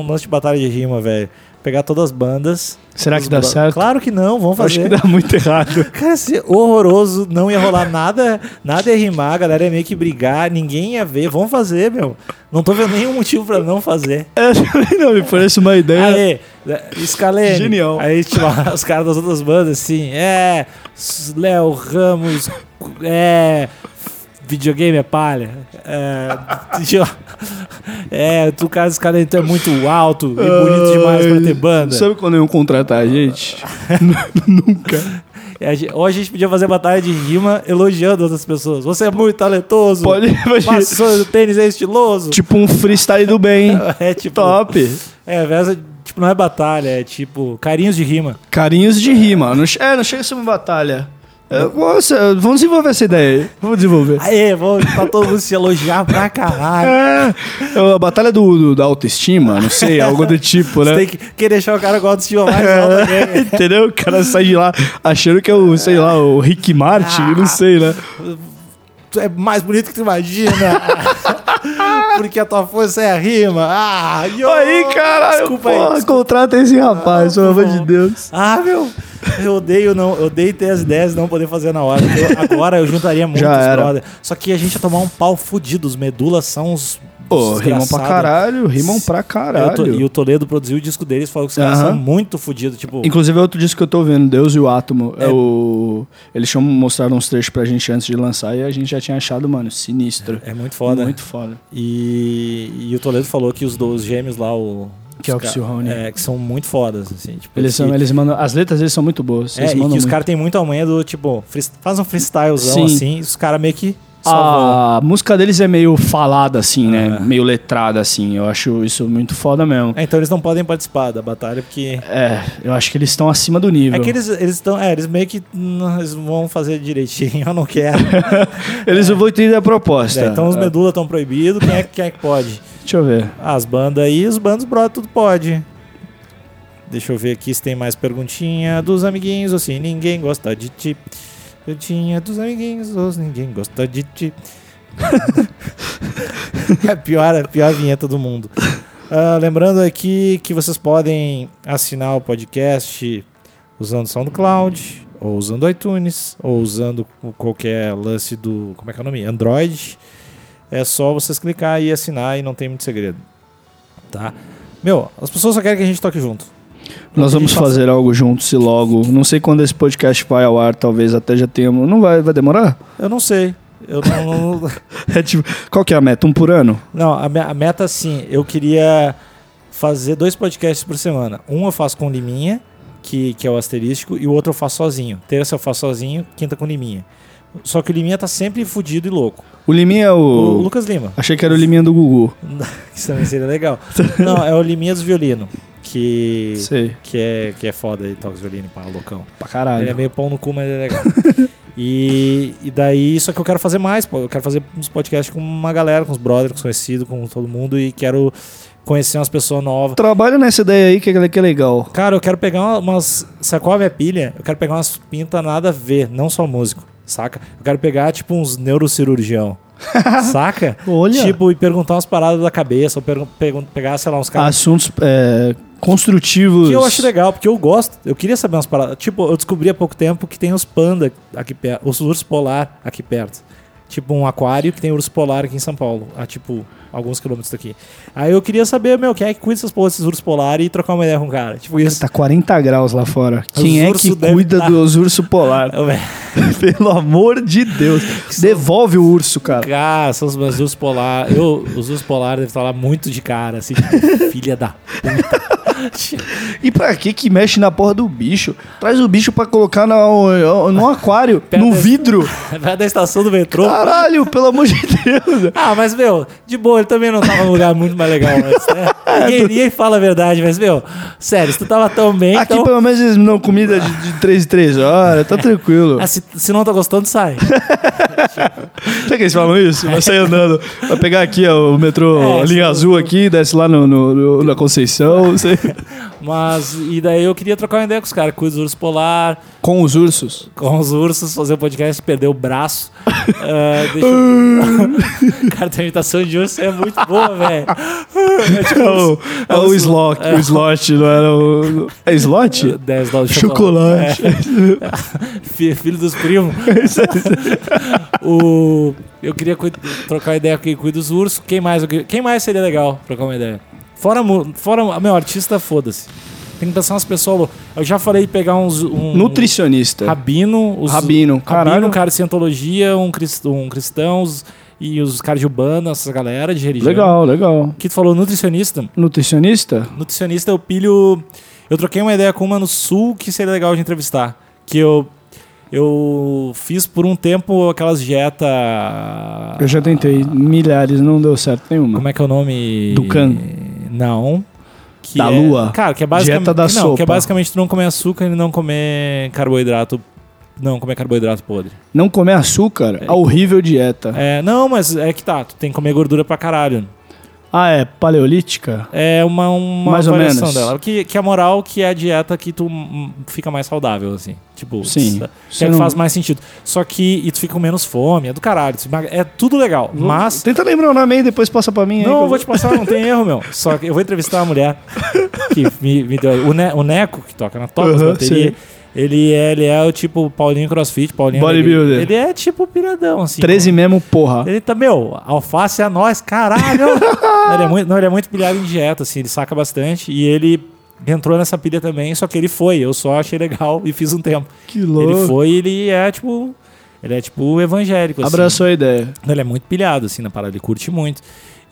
um lance de batalha de rima, velho. Pegar todas as bandas.
Será
os
que dá
bro-
certo?
Claro que não, vamos
Acho que
fazer.
dá muito errado.
Cara, se horroroso, não ia rolar nada, nada ia rimar, a galera ia meio que brigar, ninguém ia ver. Vamos fazer, meu. Não tô vendo nenhum motivo pra não fazer.
É, também não, me parece uma ideia.
Aê, Scalene.
Genial.
Aí, tipo, os caras das outras bandas, assim, é, s- Léo Ramos, é, videogame é palha, é, tipo, É, tu caso os caras então é muito alto e bonito demais pra ter banda.
Sabe quando iam contratar a gente? Nunca.
É, a gente- ou a gente podia fazer batalha de rima elogiando outras pessoas. Você é muito talentoso.
Pode imaginar.
Passou do tênis é estiloso.
Tipo um freestyle do bem.
é tipo.
Top.
É, versa, tipo, não é batalha, é tipo carinhos de rima.
Carinhos de rima. Não che- é, não chega a ser uma batalha. É, nossa, vamos desenvolver essa ideia aí. Vamos desenvolver.
Aê, vou pra todo mundo se elogiar pra caralho.
É, a batalha do, do- da autoestima, não sei, algo do tipo,
Você
né?
tem que, que deixar o cara com a autoestima mais né? alta dele.
Entendeu? O cara sai de lá achando que é o, sei lá, o Rick Martin,
Ah.
não sei, né?
Tu é mais bonito que tu imagina. Porque a tua força é a rima. Ah, yo.
Aí, caralho,
Desculpa aí,
porra,
desculpa.
contrata esse rapaz, pelo amor
bom.
de Deus.
Ah, meu. Eu odeio, não, eu odeio ter as ideias e não poder fazer na hora. Eu- agora eu juntaria muitos,
Já era.
brother. Só que a gente ia tomar um pau fudido. Os medulas são uns.
Pô, rimam pra
desgraçados.
caralho, rimam pra
Eu to- e
caralho.
o Toledo produziu o disco deles falou que os caras
Aham.
são muito fudidos. Tipo,
Inclusive, é outro disco que eu tô ouvindo, Deus e o Átomo, é,
É.
o... Eles tinham mostrado uns trechos pra gente antes de lançar e a gente já tinha achado, mano, sinistro.
é muito foda.
Muito foda.
E, e o Toledo falou que os dois gêmeos lá, o.
Que é o
os ca-
Cicerone.
É, que são muito fodas, assim. Tipo,
Eles, são,
que-
eles mandam... As letras deles são muito boas,
É,
eles
e
mandam
que os
muito.
caras têm muito a manha do, tipo, frees- faz um freestylezão
Sim. Ah.
assim, e os caras meio que salvam.
A música deles é meio falada, assim, né?
É.
Meio letrada, assim. Eu acho isso muito foda mesmo.
É, então eles não podem participar da batalha, porque.
É, eu acho que eles estão acima do nível.
É que eles estão. é, eles meio que. Não, eles vão fazer direitinho, eu não quero.
Eles não vão entender a proposta.
É, então os
Ah,
medula estão proibidos, quem é, quem é que pode?
Deixa eu ver.
As bandas aí, os bandos, brother, tudo pode. Deixa eu ver aqui se tem mais perguntinha dos amiguinhos, assim, ninguém gosta de ti. Eu tinha dos amiguinhos, os ninguém gosta de ti. é a pior, a pior vinheta do mundo. Ah, lembrando aqui que vocês podem assinar o podcast usando SoundCloud, ou usando iTunes, ou usando qualquer lance do. Como é que é o nome? Android. É só vocês clicar e assinar e não tem muito segredo. Tá? Meu, as pessoas só querem que a gente toque junto.
Nós vamos
gente passa-
fazer algo juntos e logo. Não sei quando esse podcast vai ao ar, talvez até já tenhamos. Não vai, vai demorar?
Eu não sei. Eu não. não-
É tipo, qual que é a meta? Um por ano?
não, a, me- a meta assim, eu queria fazer dois podcasts por semana. Um eu faço com Liminha, que, que é o asterístico, e o outro eu faço sozinho. Terça eu faço sozinho, quinta com Liminha. Só que o Liminha tá sempre fudido e louco.
O Liminha é o.
O, Lucas Lima,
Achei que era o Liminha do Gugu.
que também seria legal. não, é o Liminha dos violino. Que.
Sei.
Que é, que é foda, ele toca os violino, pá, loucão.
Pra
Ele é
caralho.
meio pão no cu, mas ele é legal. e, e daí, só que eu quero fazer mais, pô. Eu quero fazer uns podcasts com uma galera, com os brothers, com os conhecidos, com todo mundo. E quero conhecer umas pessoas novas.
Trabalha nessa ideia aí que é que é legal.
Cara, eu quero pegar umas. Sabe qual é a minha pilha? Eu quero pegar umas pintas nada a ver, não só músico, saca? Eu quero pegar, tipo, uns neurocirurgião. saca?
Olha.
Tipo, e perguntar umas paradas da cabeça, ou pergun- pergun- pegar, sei lá, uns caras.
Assuntos é, construtivos.
Que eu acho legal, porque eu gosto, eu queria saber umas paradas. Tipo, eu descobri há pouco tempo que tem os panda aqui perto, os ursos polar aqui perto. Tipo, um aquário que tem urso polar aqui em São Paulo, a tipo, alguns quilômetros daqui. Aí eu queria saber, meu, quem é que cuida dessas porra, desses ursos polares e trocar uma ideia com o cara. Tipo, isso.
Tá 40 graus lá fora.
Os
Quem é
urso
que
deve
cuida
tá-
dos urso polar?
Eu-
Pelo amor de Deus. Devolve o urso, cara.
Ah, são os meus ursos polar. Eu, os ursos polar devem estar lá muito de cara, assim, tipo, filha da puta.
E pra que que mexe na porra do bicho? Traz o bicho pra colocar no, no aquário,
Pega
no
esse-
vidro.
Vai da estação do metrô.
Caralho, pelo amor de Deus.
Ah, mas, meu, de boa, ele também não tava num lugar muito mais legal antes, né?
É.
Ninguém, ninguém fala a verdade, mas, meu, sério, se tu tava tão bem,
Aqui
então...
pelo menos eles me dão comida de, de 3 em 3 horas, tá tranquilo.
Ah, se, se não tá gostando, sai.
Sabe que eles falam isso? Vai sair andando. Vai pegar aqui ó, o metrô,
É,
a linha
isso-
azul aqui, desce lá no, no- no- na Conceição. sei.
Mas, e daí eu queria trocar uma ideia com os caras, com os ursos polar,
Com os ursos.
com os ursos, fazer o podcast, perder o braço. Ah, deixa eu... cara, tua imitação de urso é muito boa, velho. É tipo
É o, é o slot, o slot, não era o. É slot?
10 dólares de
Chocolate.
É. Fi- filho dos primos. o, eu queria cui- trocar ideia com quem cuida dos ursos. Quem mais, eu queria- quem mais seria legal trocar uma ideia? Fora, mu- fora meu artista, foda-se. Tem que pensar nas pessoas. loucas. Eu já falei pegar uns. Um,
Nutricionista.
Rabino, os
Rabino,
Rabino, um
caralho.
cara de cientologia, um, crist, um cristão os- e os caras de urbana, essa galera de religião.
Legal, legal.
Que tu falou nutricionista.
Nutricionista?
Nutricionista eu pilho. Eu troquei uma ideia com uma no sul que seria legal de entrevistar. Que eu. Eu fiz por um tempo aquelas dieta.
Eu já tentei milhares, não deu certo nenhuma.
Como é que é o nome?
Dukan.
Não. Que
Da
é-
lua.
Cara, que é basicamente.
Dieta da
não, que
sopa.
é basicamente tu não comer açúcar e não comer carboidrato. Não comer carboidrato podre.
Não comer açúcar? A horrível dieta.
É, não, mas é que tá, tu tem que comer gordura pra caralho.
Ah, é paleolítica?
É uma, uma
Mais ou
variação
menos.
dela. Que, que a moral que é a dieta que tu hum, fica mais saudável, assim. Tipo,
Sim.
sa- que
Você
é que
não-
faz mais sentido. Só que e tu fica com menos fome, é do caralho. tu emag- É tudo legal. Mas
Tenta lembrar o nome aí, depois passa pra mim. aí que
Não,
eu
eu vou te passar, não tem erro, meu. Só que eu vou entrevistar uma mulher que me, me deu. O, Ne- o Neco, que toca na top
Aham,
bateria.
sei.
Ele é, ele é o tipo Paulinho Crossfit, Paulinho. Ele,
Bodybuilder.
ele é tipo piradão, assim.
13 mesmo, porra.
Ele tá, meu, alface é nós, caralho! ele é muito, não, ele é muito pilhado em dieta, assim, ele saca bastante. E ele entrou nessa pilha também, só que ele foi. Eu só achei legal e fiz um tempo.
Que louco.
Ele foi ele é tipo. Ele é tipo evangélico, assim.
Abraçou a ideia.
Ele é muito pilhado, assim, na parada, ele curte muito.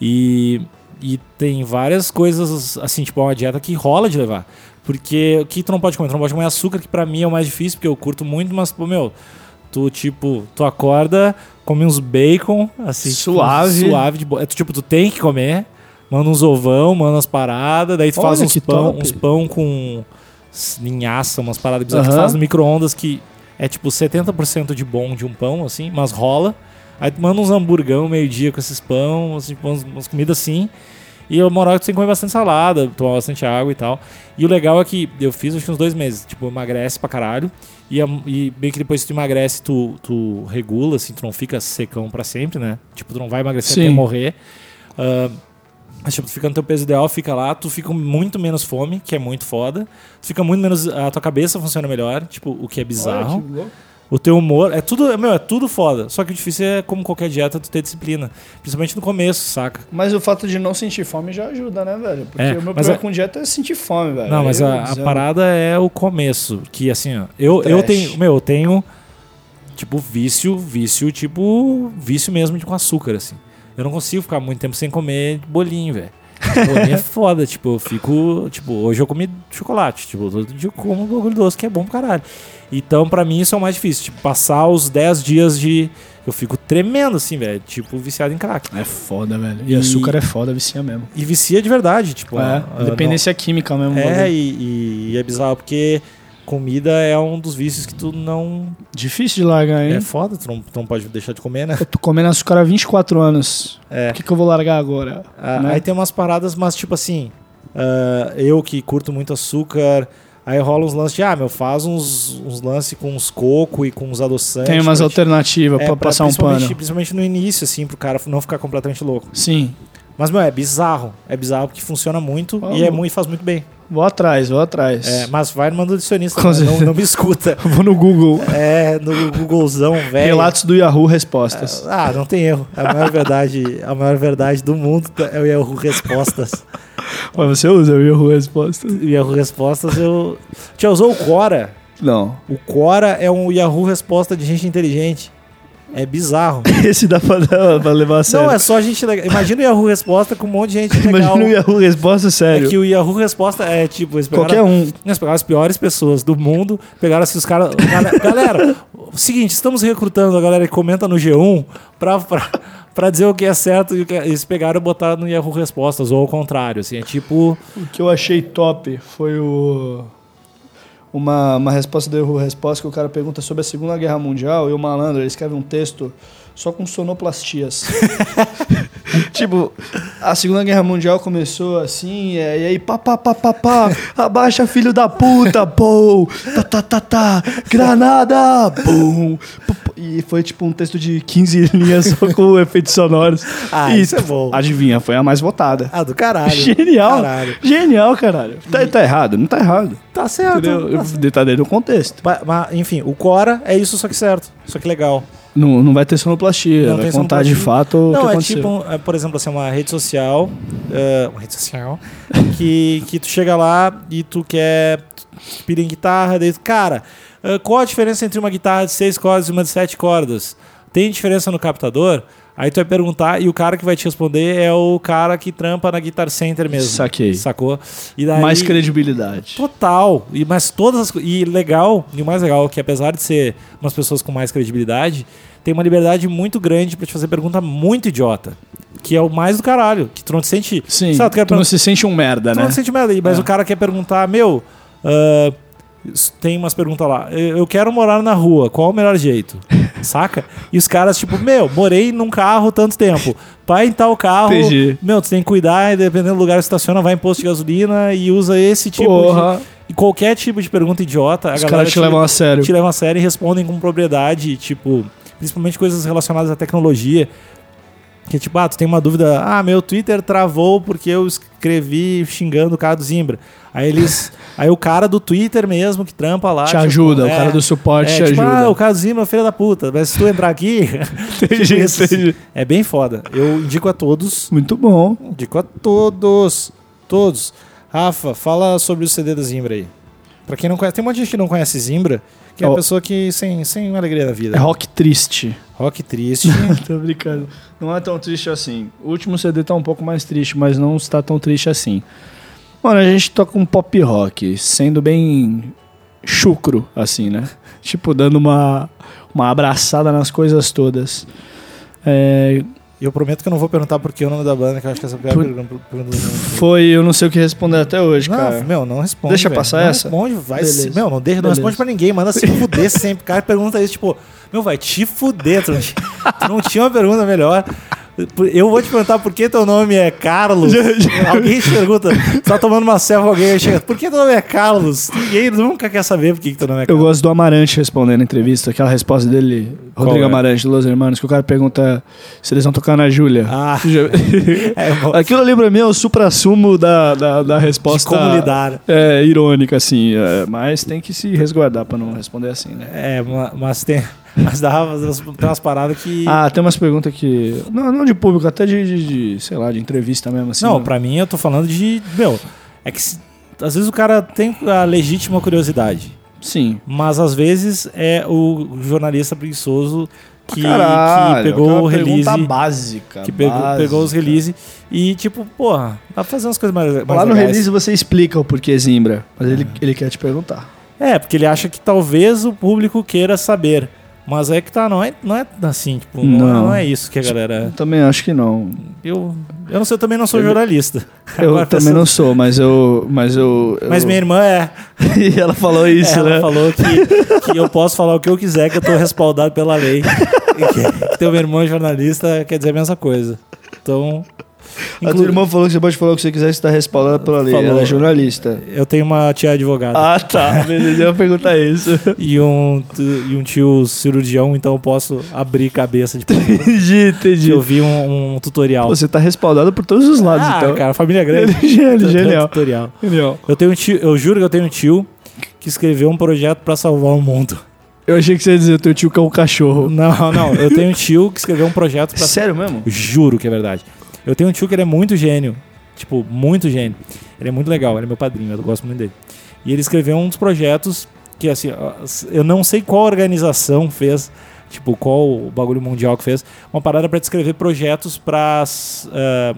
E, e tem várias coisas, assim, tipo, é uma dieta que rola de levar. Porque o que tu não pode comer? Tu não pode comer açúcar, que pra mim é o mais difícil, porque eu curto muito, mas, pô, meu, tu, tipo, tu acorda, come uns bacon, assim, tipo,
Suave.
suave de boa. É, tu, tipo, tu tem que comer, manda uns ovão, manda umas paradas, daí tu
Olha
faz uns
que
pão,
top.
uns pão com linhaça, umas paradas bizarras que tu
Aham.
faz no micro-ondas que é tipo 70% de bom de um pão, assim, mas rola. Aí tu manda uns hamburgão meio-dia com esses pão, assim, tipo, umas, umas comidas assim. E o moral é que tu tem que comer bastante salada, tomar bastante água e tal. E o legal é que eu fiz acho que uns dois meses, tipo, emagrece pra caralho. E, a- e meio que depois que tu emagrece, tu, tu regula, assim, tu não fica secão pra sempre, né? Tipo, tu não vai emagrecer até
Sim.
morrer. Ah, mas, tipo, tu fica no teu peso ideal, fica lá, tu fica com muito menos fome, que é muito foda. Tu fica muito menos. A tua cabeça funciona melhor, tipo, o que é bizarro. O teu humor, é tudo, meu, é tudo foda. Só que o difícil é, como qualquer dieta, tu ter disciplina. Principalmente no começo, saca?
Mas o fato de não sentir fome já ajuda, né, velho? Porque
É,
o meu
mas
problema
a-
com dieta é sentir fome, velho.
Não, mas
Eu
a, a
dizendo-
parada é o começo. Que assim, ó, eu, eu
Trash.
tenho. Meu, eu tenho. Tipo, vício, vício, tipo. Vício mesmo de com açúcar, assim. Eu não consigo ficar muito tempo sem comer bolinho, velho. Bolinho é foda, tipo, eu fico. Tipo, hoje eu comi chocolate. Tipo, todo dia eu como um bagulho doce, que é bom pra caralho. Então, pra mim, isso é o mais difícil. Tipo, passar os 10 dias de. Eu fico tremendo, assim, velho. Tipo, viciado em crack.
É foda, velho. E,
E-
açúcar é foda, vicia mesmo.
E vicia de verdade, tipo. ah, ah,
é,
não-
dependência química mesmo.
é,
bagulho.
e, e é bizarro porque comida é um dos vícios que tu não.
Difícil de largar, hein?
É foda, tu não, tu não pode deixar de comer, né?
Eu tô comendo açúcar há 24 anos.
É.
Por que, que eu vou largar agora?
Ah,
né?
Aí tem umas paradas, mas tipo assim, ah, eu que curto muito açúcar, aí rola uns lances de, ah, meu, faz uns, uns lances com uns coco e com uns adoçantes.
Tem umas
pra-
alternativas
é,
pra passar um
principalmente-
pano.
Principalmente no início, assim, pro cara não ficar completamente louco.
Sim.
Mas, meu, é bizarro. É bizarro porque funciona muito
Ah,
e é
bom.
muito, faz muito bem.
Vou atrás, vou atrás.
É, mas vai no mando dicionista,
Com
né? não,
certeza.
não me escuta.
Vou no Google.
É, no Googlezão, velho.
Relatos do Yahoo Respostas.
Ah, não tem erro. A maior verdade, a maior verdade do mundo é o Yahoo Respostas.
Mas você usa o Yahoo Respostas?
O Yahoo Respostas eu. Já usou o Quora?
Não.
O Quora é um Yahoo Resposta de gente inteligente. É bizarro.
Esse dá pra, dá pra levar a sério.
Não, é só gente legal. Imagina o Yahoo Resposta com um monte de gente legal.
Imagina o Yahoo Respostas sério.
É que o Yahoo Resposta é tipo. eles pegaram-
Qualquer um.
Eles pegaram as piores pessoas do mundo, pegaram assim os caras. Galera, galera, o seguinte, estamos recrutando a galera que comenta no G1 pra, pra, pra dizer o que é certo e o que é- eles pegaram e botaram no Yahoo Respostas, ou ao contrário, assim, é tipo.
O que eu achei top foi o. Uma, uma resposta do Erro Resposta que o cara pergunta sobre a Segunda Guerra Mundial e o malandro ele escreve um texto só com sonoplastias. tipo, a Segunda Guerra Mundial começou assim, é, e aí pá, pá, pá, pá, pá, abaixa filho da puta, pô, tá, tá, tá, tá, granada, bum. Pô, pô. E foi tipo um texto de 15 linhas só com efeitos sonoros.
Ah,
e,
isso é bom.
Adivinha, foi a mais votada.
Ah, do caralho.
Genial.
Caralho.
Genial, caralho. Tá, tá errado? Não tá errado.
Tá certo.
Entendeu?
tá
Eu
certo.
detalhei no contexto.
Ma- ma- enfim, o Cora é isso, só que certo. Só que legal.
Não, não vai ter sonoplastia.
Não
vai
tem
contar
sonoplastia.
de fato o
não,
que
é
aconteceu.
tipo, um- é, por exemplo, assim, uma rede social. é, uma rede social. que, que tu chega lá e tu quer. Tu pira em guitarra, daí tu, cara, é, qual a diferença entre uma guitarra de seis cordas e uma de sete cordas? Tem diferença no captador? Aí tu vai perguntar e o cara que vai te responder é o cara que trampa na Guitar Center mesmo.
Saquei.
Sacou? E daí,
Mais credibilidade.
Total. E, mas todas as co- E legal, e o mais legal é que apesar de ser umas pessoas com mais credibilidade, tem uma liberdade muito grande pra te fazer pergunta muito idiota. Que é o mais do caralho. Que tu não te sente.
Sim,
sei lá, tu, quer
tu não
pergun-
se sente um merda,
tu
né?
não te sente merda. Mas
É.
o cara quer perguntar, meu. ah, s- tem umas perguntas lá. Eu eu quero morar na rua, qual o melhor jeito? Saca? E os caras, tipo, meu, morei num carro tanto tempo. Vai em tal carro.
Entendi.
Meu, tu tem que cuidar, e dependendo do lugar que estaciona, vai em posto de gasolina e usa esse tipo de.
Porra,
E qualquer tipo de pergunta idiota, a
os
galera
caras te levam a sério.
te levam a sério e respondem com propriedade, tipo, principalmente coisas relacionadas à tecnologia. Que é tipo, ah, tu tem uma dúvida, ah, meu Twitter travou porque eu escrevi xingando o cara do Zimbra. Aí eles. aí o cara do Twitter mesmo que trampa lá.
Te
tipo,
ajuda, o
é,
cara do suporte
é,
te
tipo,
ajuda.
ah, o cara do Zimbra é filho da puta, mas se tu entrar aqui.
Entendi,
tipo isso, assim.
entendi.
É bem foda. Eu indico a todos
Muito bom.
Indico a todos. Todos. Rafa, fala sobre o CD da Zimbra aí. Pra quem não conhece, tem um monte de gente que não conhece Zimbra, que é
Ó.
uma pessoa que sem, sem alegria da vida.
É rock triste.
Rock triste.
Tô brincando. Não é tão triste assim. O último CD tá um pouco mais triste, mas não está tão triste assim. Mano, a gente toca um pop rock, sendo bem chucro, assim, né? Tipo, dando uma, uma abraçada nas coisas todas. É,
E eu prometo que eu não vou perguntar por que o nome da banda, que eu acho que essa é a pior
Por-
pergunta pergunta do mundo.
foi, eu não sei o que responder até hoje,
Não,
cara.
meu, não responde.
Deixa
velho.
passar
não
essa?
Responde, vai
Beleza.
se, Meu, não, deixa, não
Beleza.
responde pra ninguém, manda se fuder sempre. O cara pergunta isso, tipo, meu, vai te fuder, tu não, ti- tu não tinha uma pergunta melhor. Eu vou te perguntar por que teu nome é Carlos. alguém te pergunta, tu tá tomando uma selva, alguém aí chega, por que teu nome é Carlos? Ninguém nunca quer saber por que, que teu nome é
Eu
Carlos.
gosto do Amarante respondendo a entrevista, aquela resposta dele,
Qual
Rodrigo
é?
Amarante, Los Hermanos, que o cara pergunta se eles vão tocar na Júlia.
Ah,
Já-
é bom.
Aquilo ali pra mim é o supra-sumo da, da, da
De
resposta.
como lidar.
É, irônica, assim. é, mas tem que se resguardar pra não responder assim, né?
É, ma- mas tem. Mas dá umas- tem umas paradas que.
Ah, tem umas perguntas que. Não, não de público, até de, de- de, sei lá, de entrevista mesmo, assim.
Não,
né?
pra mim eu tô falando de. Meu, é que se- às vezes o cara tem a legítima curiosidade.
Sim.
Mas às vezes é o jornalista preguiçoso que,
Caralho,
que pegou o
aquela
release.
Pergunta básica.
Que pegou,
básica.
pegou os release e, tipo, porra, dá pra fazer umas coisas mais, mais
Lá no
legais.
release você explica o porquê Zimbra, mas ele, ele quer te perguntar.
É, porque ele acha que talvez o público queira saber. Mas é que tá, não é, não é assim, tipo, não, é-
Não.
não é isso que a galera.
Eu também acho que não.
Eu, eu não sei, eu também não sou
Eu-
jornalista.
Eu
Agora,
também
essa-
não sou, mas eu. Mas eu.
Mas
eu-
minha irmã é.
e ela falou isso,
ela
né?
falou que, que eu posso falar o que eu quiser, que eu tô respaldado pela lei. E que ter uma irmã jornalista quer dizer a mesma coisa. Então.
A tua
inclu-
irmã falou que você pode falar o que você quiser, você está respaldada pela lei.
Falou.
Ela é jornalista.
Eu tenho uma tia advogada
Ah, tá. Beleza, eu ia perguntar isso.
e, um, t- e um tio cirurgião, então eu posso abrir cabeça de pessoas.
entendi, entendi.
Eu vi um, um tutorial.
Você tá respaldado por todos os lados,
ah,
então.
cara, família grande.
Genial,
Tem um
genial.
Tutorial.
Genial.
Eu tenho um tio, eu juro que eu tenho um tio que escreveu um projeto pra salvar o mundo.
Eu achei que você ia dizer, teu tio que é um cachorro.
Não, não, eu tenho um tio que escreveu um projeto pra
Tá Sério mesmo?
Juro que é verdade. Eu tenho um tio que ele é muito gênio. Tipo, muito gênio. Ele é muito legal, ele é meu padrinho, eu gosto muito dele. E ele escreveu um dos projetos que, assim, ó, eu não sei qual organização fez, tipo, qual o bagulho mundial que fez, uma parada pra descrever projetos pra s- ah,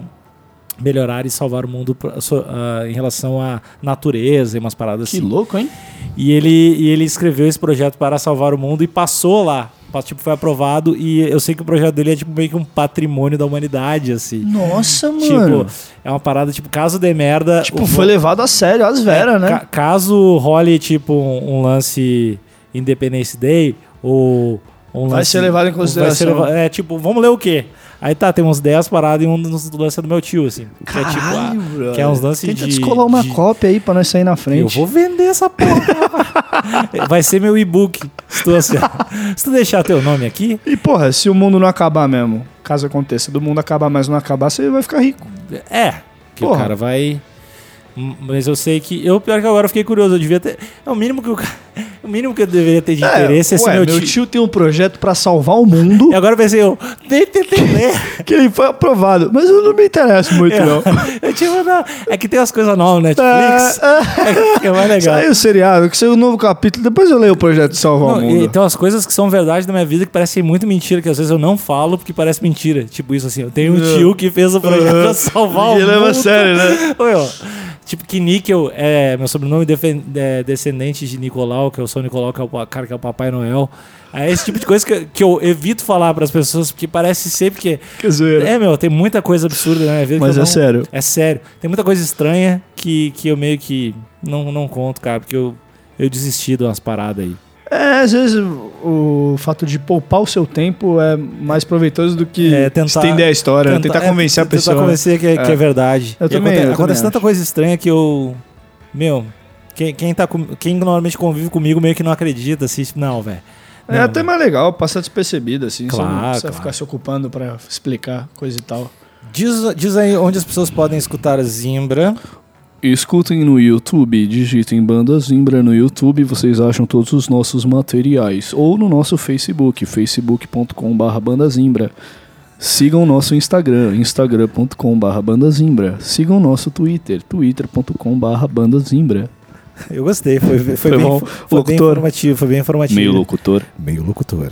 melhorar e salvar o mundo pra- so- ah, em relação à natureza e umas paradas assim.
louco, hein?
E ele, e ele escreveu esse projeto para salvar o mundo e passou lá. Pa- Tipo, foi aprovado e eu sei que o projeto dele é tipo meio que um patrimônio da humanidade, assim.
Nossa, mano.
Tipo, é uma parada, tipo, caso dê merda.
Tipo,
o-
foi levado a sério, às veras, né?
ca- caso role, tipo, um, um lance Independence Day, ou Um
Vai
lance-
ser levado em
vai ser
consideração.
leva- é tipo, vamos ler o quê? Aí tá, tem uns 10 paradas e um dos lances do meu tio, assim. Que é tipo, ah, que é uns lances
Tenta
de-
descolar uma
de-
cópia aí pra nós sair na frente.
Eu vou vender essa porra. Vai ser meu e-book. Se tu, ace- se tu deixar teu nome aqui,
E porra, se o mundo não acabar mesmo, caso aconteça, do mundo acabar, mas não acabar, você vai ficar rico.
é. Que o
Porra.
cara vai. M- Mas eu sei que. Eu, pior que agora, eu fiquei curioso. Eu devia ter. É o mínimo que o cara- O mínimo que eu deveria ter de interesse é se
ué,
meu, É
meu
tio.
tio tem um projeto pra salvar o mundo
E agora eu pensei, eu nem tentei ler.
que ele foi aprovado, mas eu não me interesso muito
É.
não.
Eu tinha mandado. É que tem umas coisas novas no Netflix.
É,
É, que é mais
é,
legal.
saiu o seriado, que saiu um novo capítulo, depois eu leio o projeto de
Não,
salvar o
e então,
mundo.
tem umas coisas que são verdade da minha vida que parecem muito mentira, que às vezes eu não falo porque parece mentira. Tipo isso assim, eu tenho um
É.
tio que fez o projeto pra salvar o
Ninguém leva a
mundo.
sério, né?
Ô, meu, tipo que Níquel é meu sobrenome defen- é, descendente de Nicolau, que eu sou Nicolau, que é o pa- cara que é o Papai Noel. É esse tipo de coisa que, que eu evito falar pras pessoas, porque parece sempre que.
Que zoeira.
É, meu, tem muita coisa absurda na minha vida. que
mas
eu
é
não-
sério.
é sério. Tem muita coisa estranha que, que eu meio que não, não conto, cara, porque eu, eu desisti de umas paradas aí.
É, às vezes o o fato de poupar o seu tempo é mais proveitoso do que
É, tentar-
estender a história, né? tentar
é,
convencer a pessoa.
Tentar convencer que é, que é verdade.
Eu
E
também,
aconte-
eu
acontece
também
tanta coisa estranha que eu. Meu, quem, quem, tá com- quem normalmente convive comigo meio que não acredita, assim, tipo, não, velho.
É
Não,
até mais legal, passar despercebido, assim. você não
Claro,
precisa
claro.
ficar se ocupando pra explicar coisa e tal.
Diz, diz aí onde as pessoas podem escutar Zimbra.
Escutem no YouTube, digitem Banda Zimbra no YouTube, vocês acham todos os nossos materiais. Ou no nosso Facebook, facebook.com.br bandazimbra. Sigam o nosso Instagram, instagram.com.br bandazimbra. Sigam o nosso Twitter, twitter.com.br bandazimbra.
Eu gostei, foi, foi,
Foi
bem,
bom.
foi bem
Locutor.
informativo, foi bem informativo.
Meio locutor.
Meio locutor.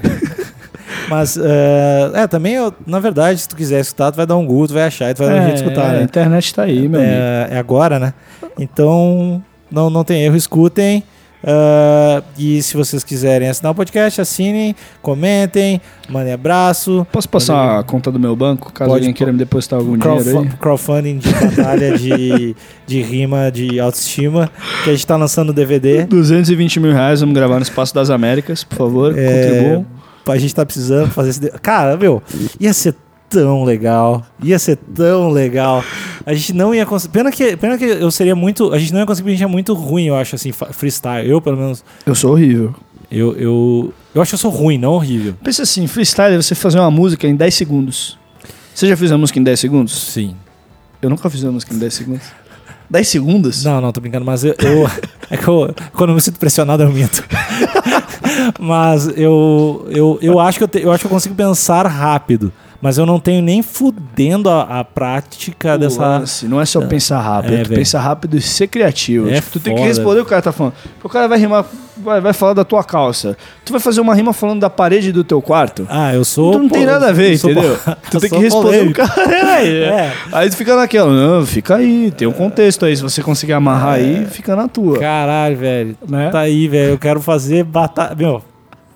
Mas, eh, é, também, eu- na verdade, se tu quiser escutar, tu vai dar um Google, tu vai achar e tu vai dar um jeito de escutar,
A
né?
internet tá aí, meu amigo.
é, é agora, né? Então, não, não tem erro, escutem. Ah, e se vocês quiserem assinar o podcast, assinem, comentem, mandem abraço.
Posso passar a conta do meu banco, caso
Pode,
alguém queira me depositar algum dinheiro
Crowdfu-
aí?
crowdfunding de batalha de, de rima, de autoestima, que a gente tá lançando DVD.
220 mil reais, vamos gravar no Espaço das Américas, por favor,
É,
contribuam.
a gente tá precisando fazer esse. de- Cara, meu, ia ser tão legal. Ia ser tão legal. A gente não ia conseguir. Pena que, pena que eu seria muito. A gente não ia conseguir, porque a gente é muito ruim, eu acho, assim, fa- freestyle. Eu, pelo menos.
Eu sou horrível.
Eu, eu, eu acho que eu sou ruim, não horrível.
Pensa assim, freestyle é você fazer uma música em 10 segundos. Você já fez a música em 10 segundos?
Sim.
Eu nunca fiz uma música em 10 segundos. 10 segundos?
Não, não, tô brincando, mas eu. eu- é que eu, quando eu me sinto pressionado, eu minto. mas eu, eu, eu, acho que eu, te- eu acho que eu consigo pensar rápido. Mas eu não tenho nem fudendo a, a prática
O
dessa.
lance não é só pensar rápido,
É,
é, tu
velho.
pensar rápido e ser criativo.
É
Tipo, tu tem que
foda.
responder o que o cara tá falando. Porque O cara vai rimar, vai, vai falar da tua calça. Tu vai fazer uma rima falando da parede do teu quarto.
Ah, eu sou.
tu Então não tem
pô,
nada a ver,
eu sou-
entendeu? Tu
eu
tem que
sou
responder o
polêmico.
cara. Peraí, é.
É.
Aí tu fica naquela, não, fica aí, tem um contexto aí. Se você conseguir amarrar
É.
aí, fica na tua.
Caralho, velho.
Né?
Tá aí, velho. Eu quero fazer batalha. Meu,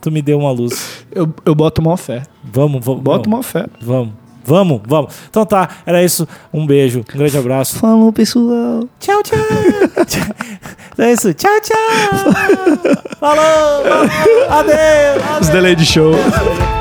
tu me deu uma luz.
Eu, eu boto mó fé.
Vamos, vamos.
Boto
vamos.
mó fé.
Vamos. Vamos, vamos. Então tá, era isso. Um beijo, um grande abraço.
Falou, pessoal.
Tchau, tchau. é isso. Tchau, tchau. Falou. falou. Adeus.
Os delay de show.
adeus.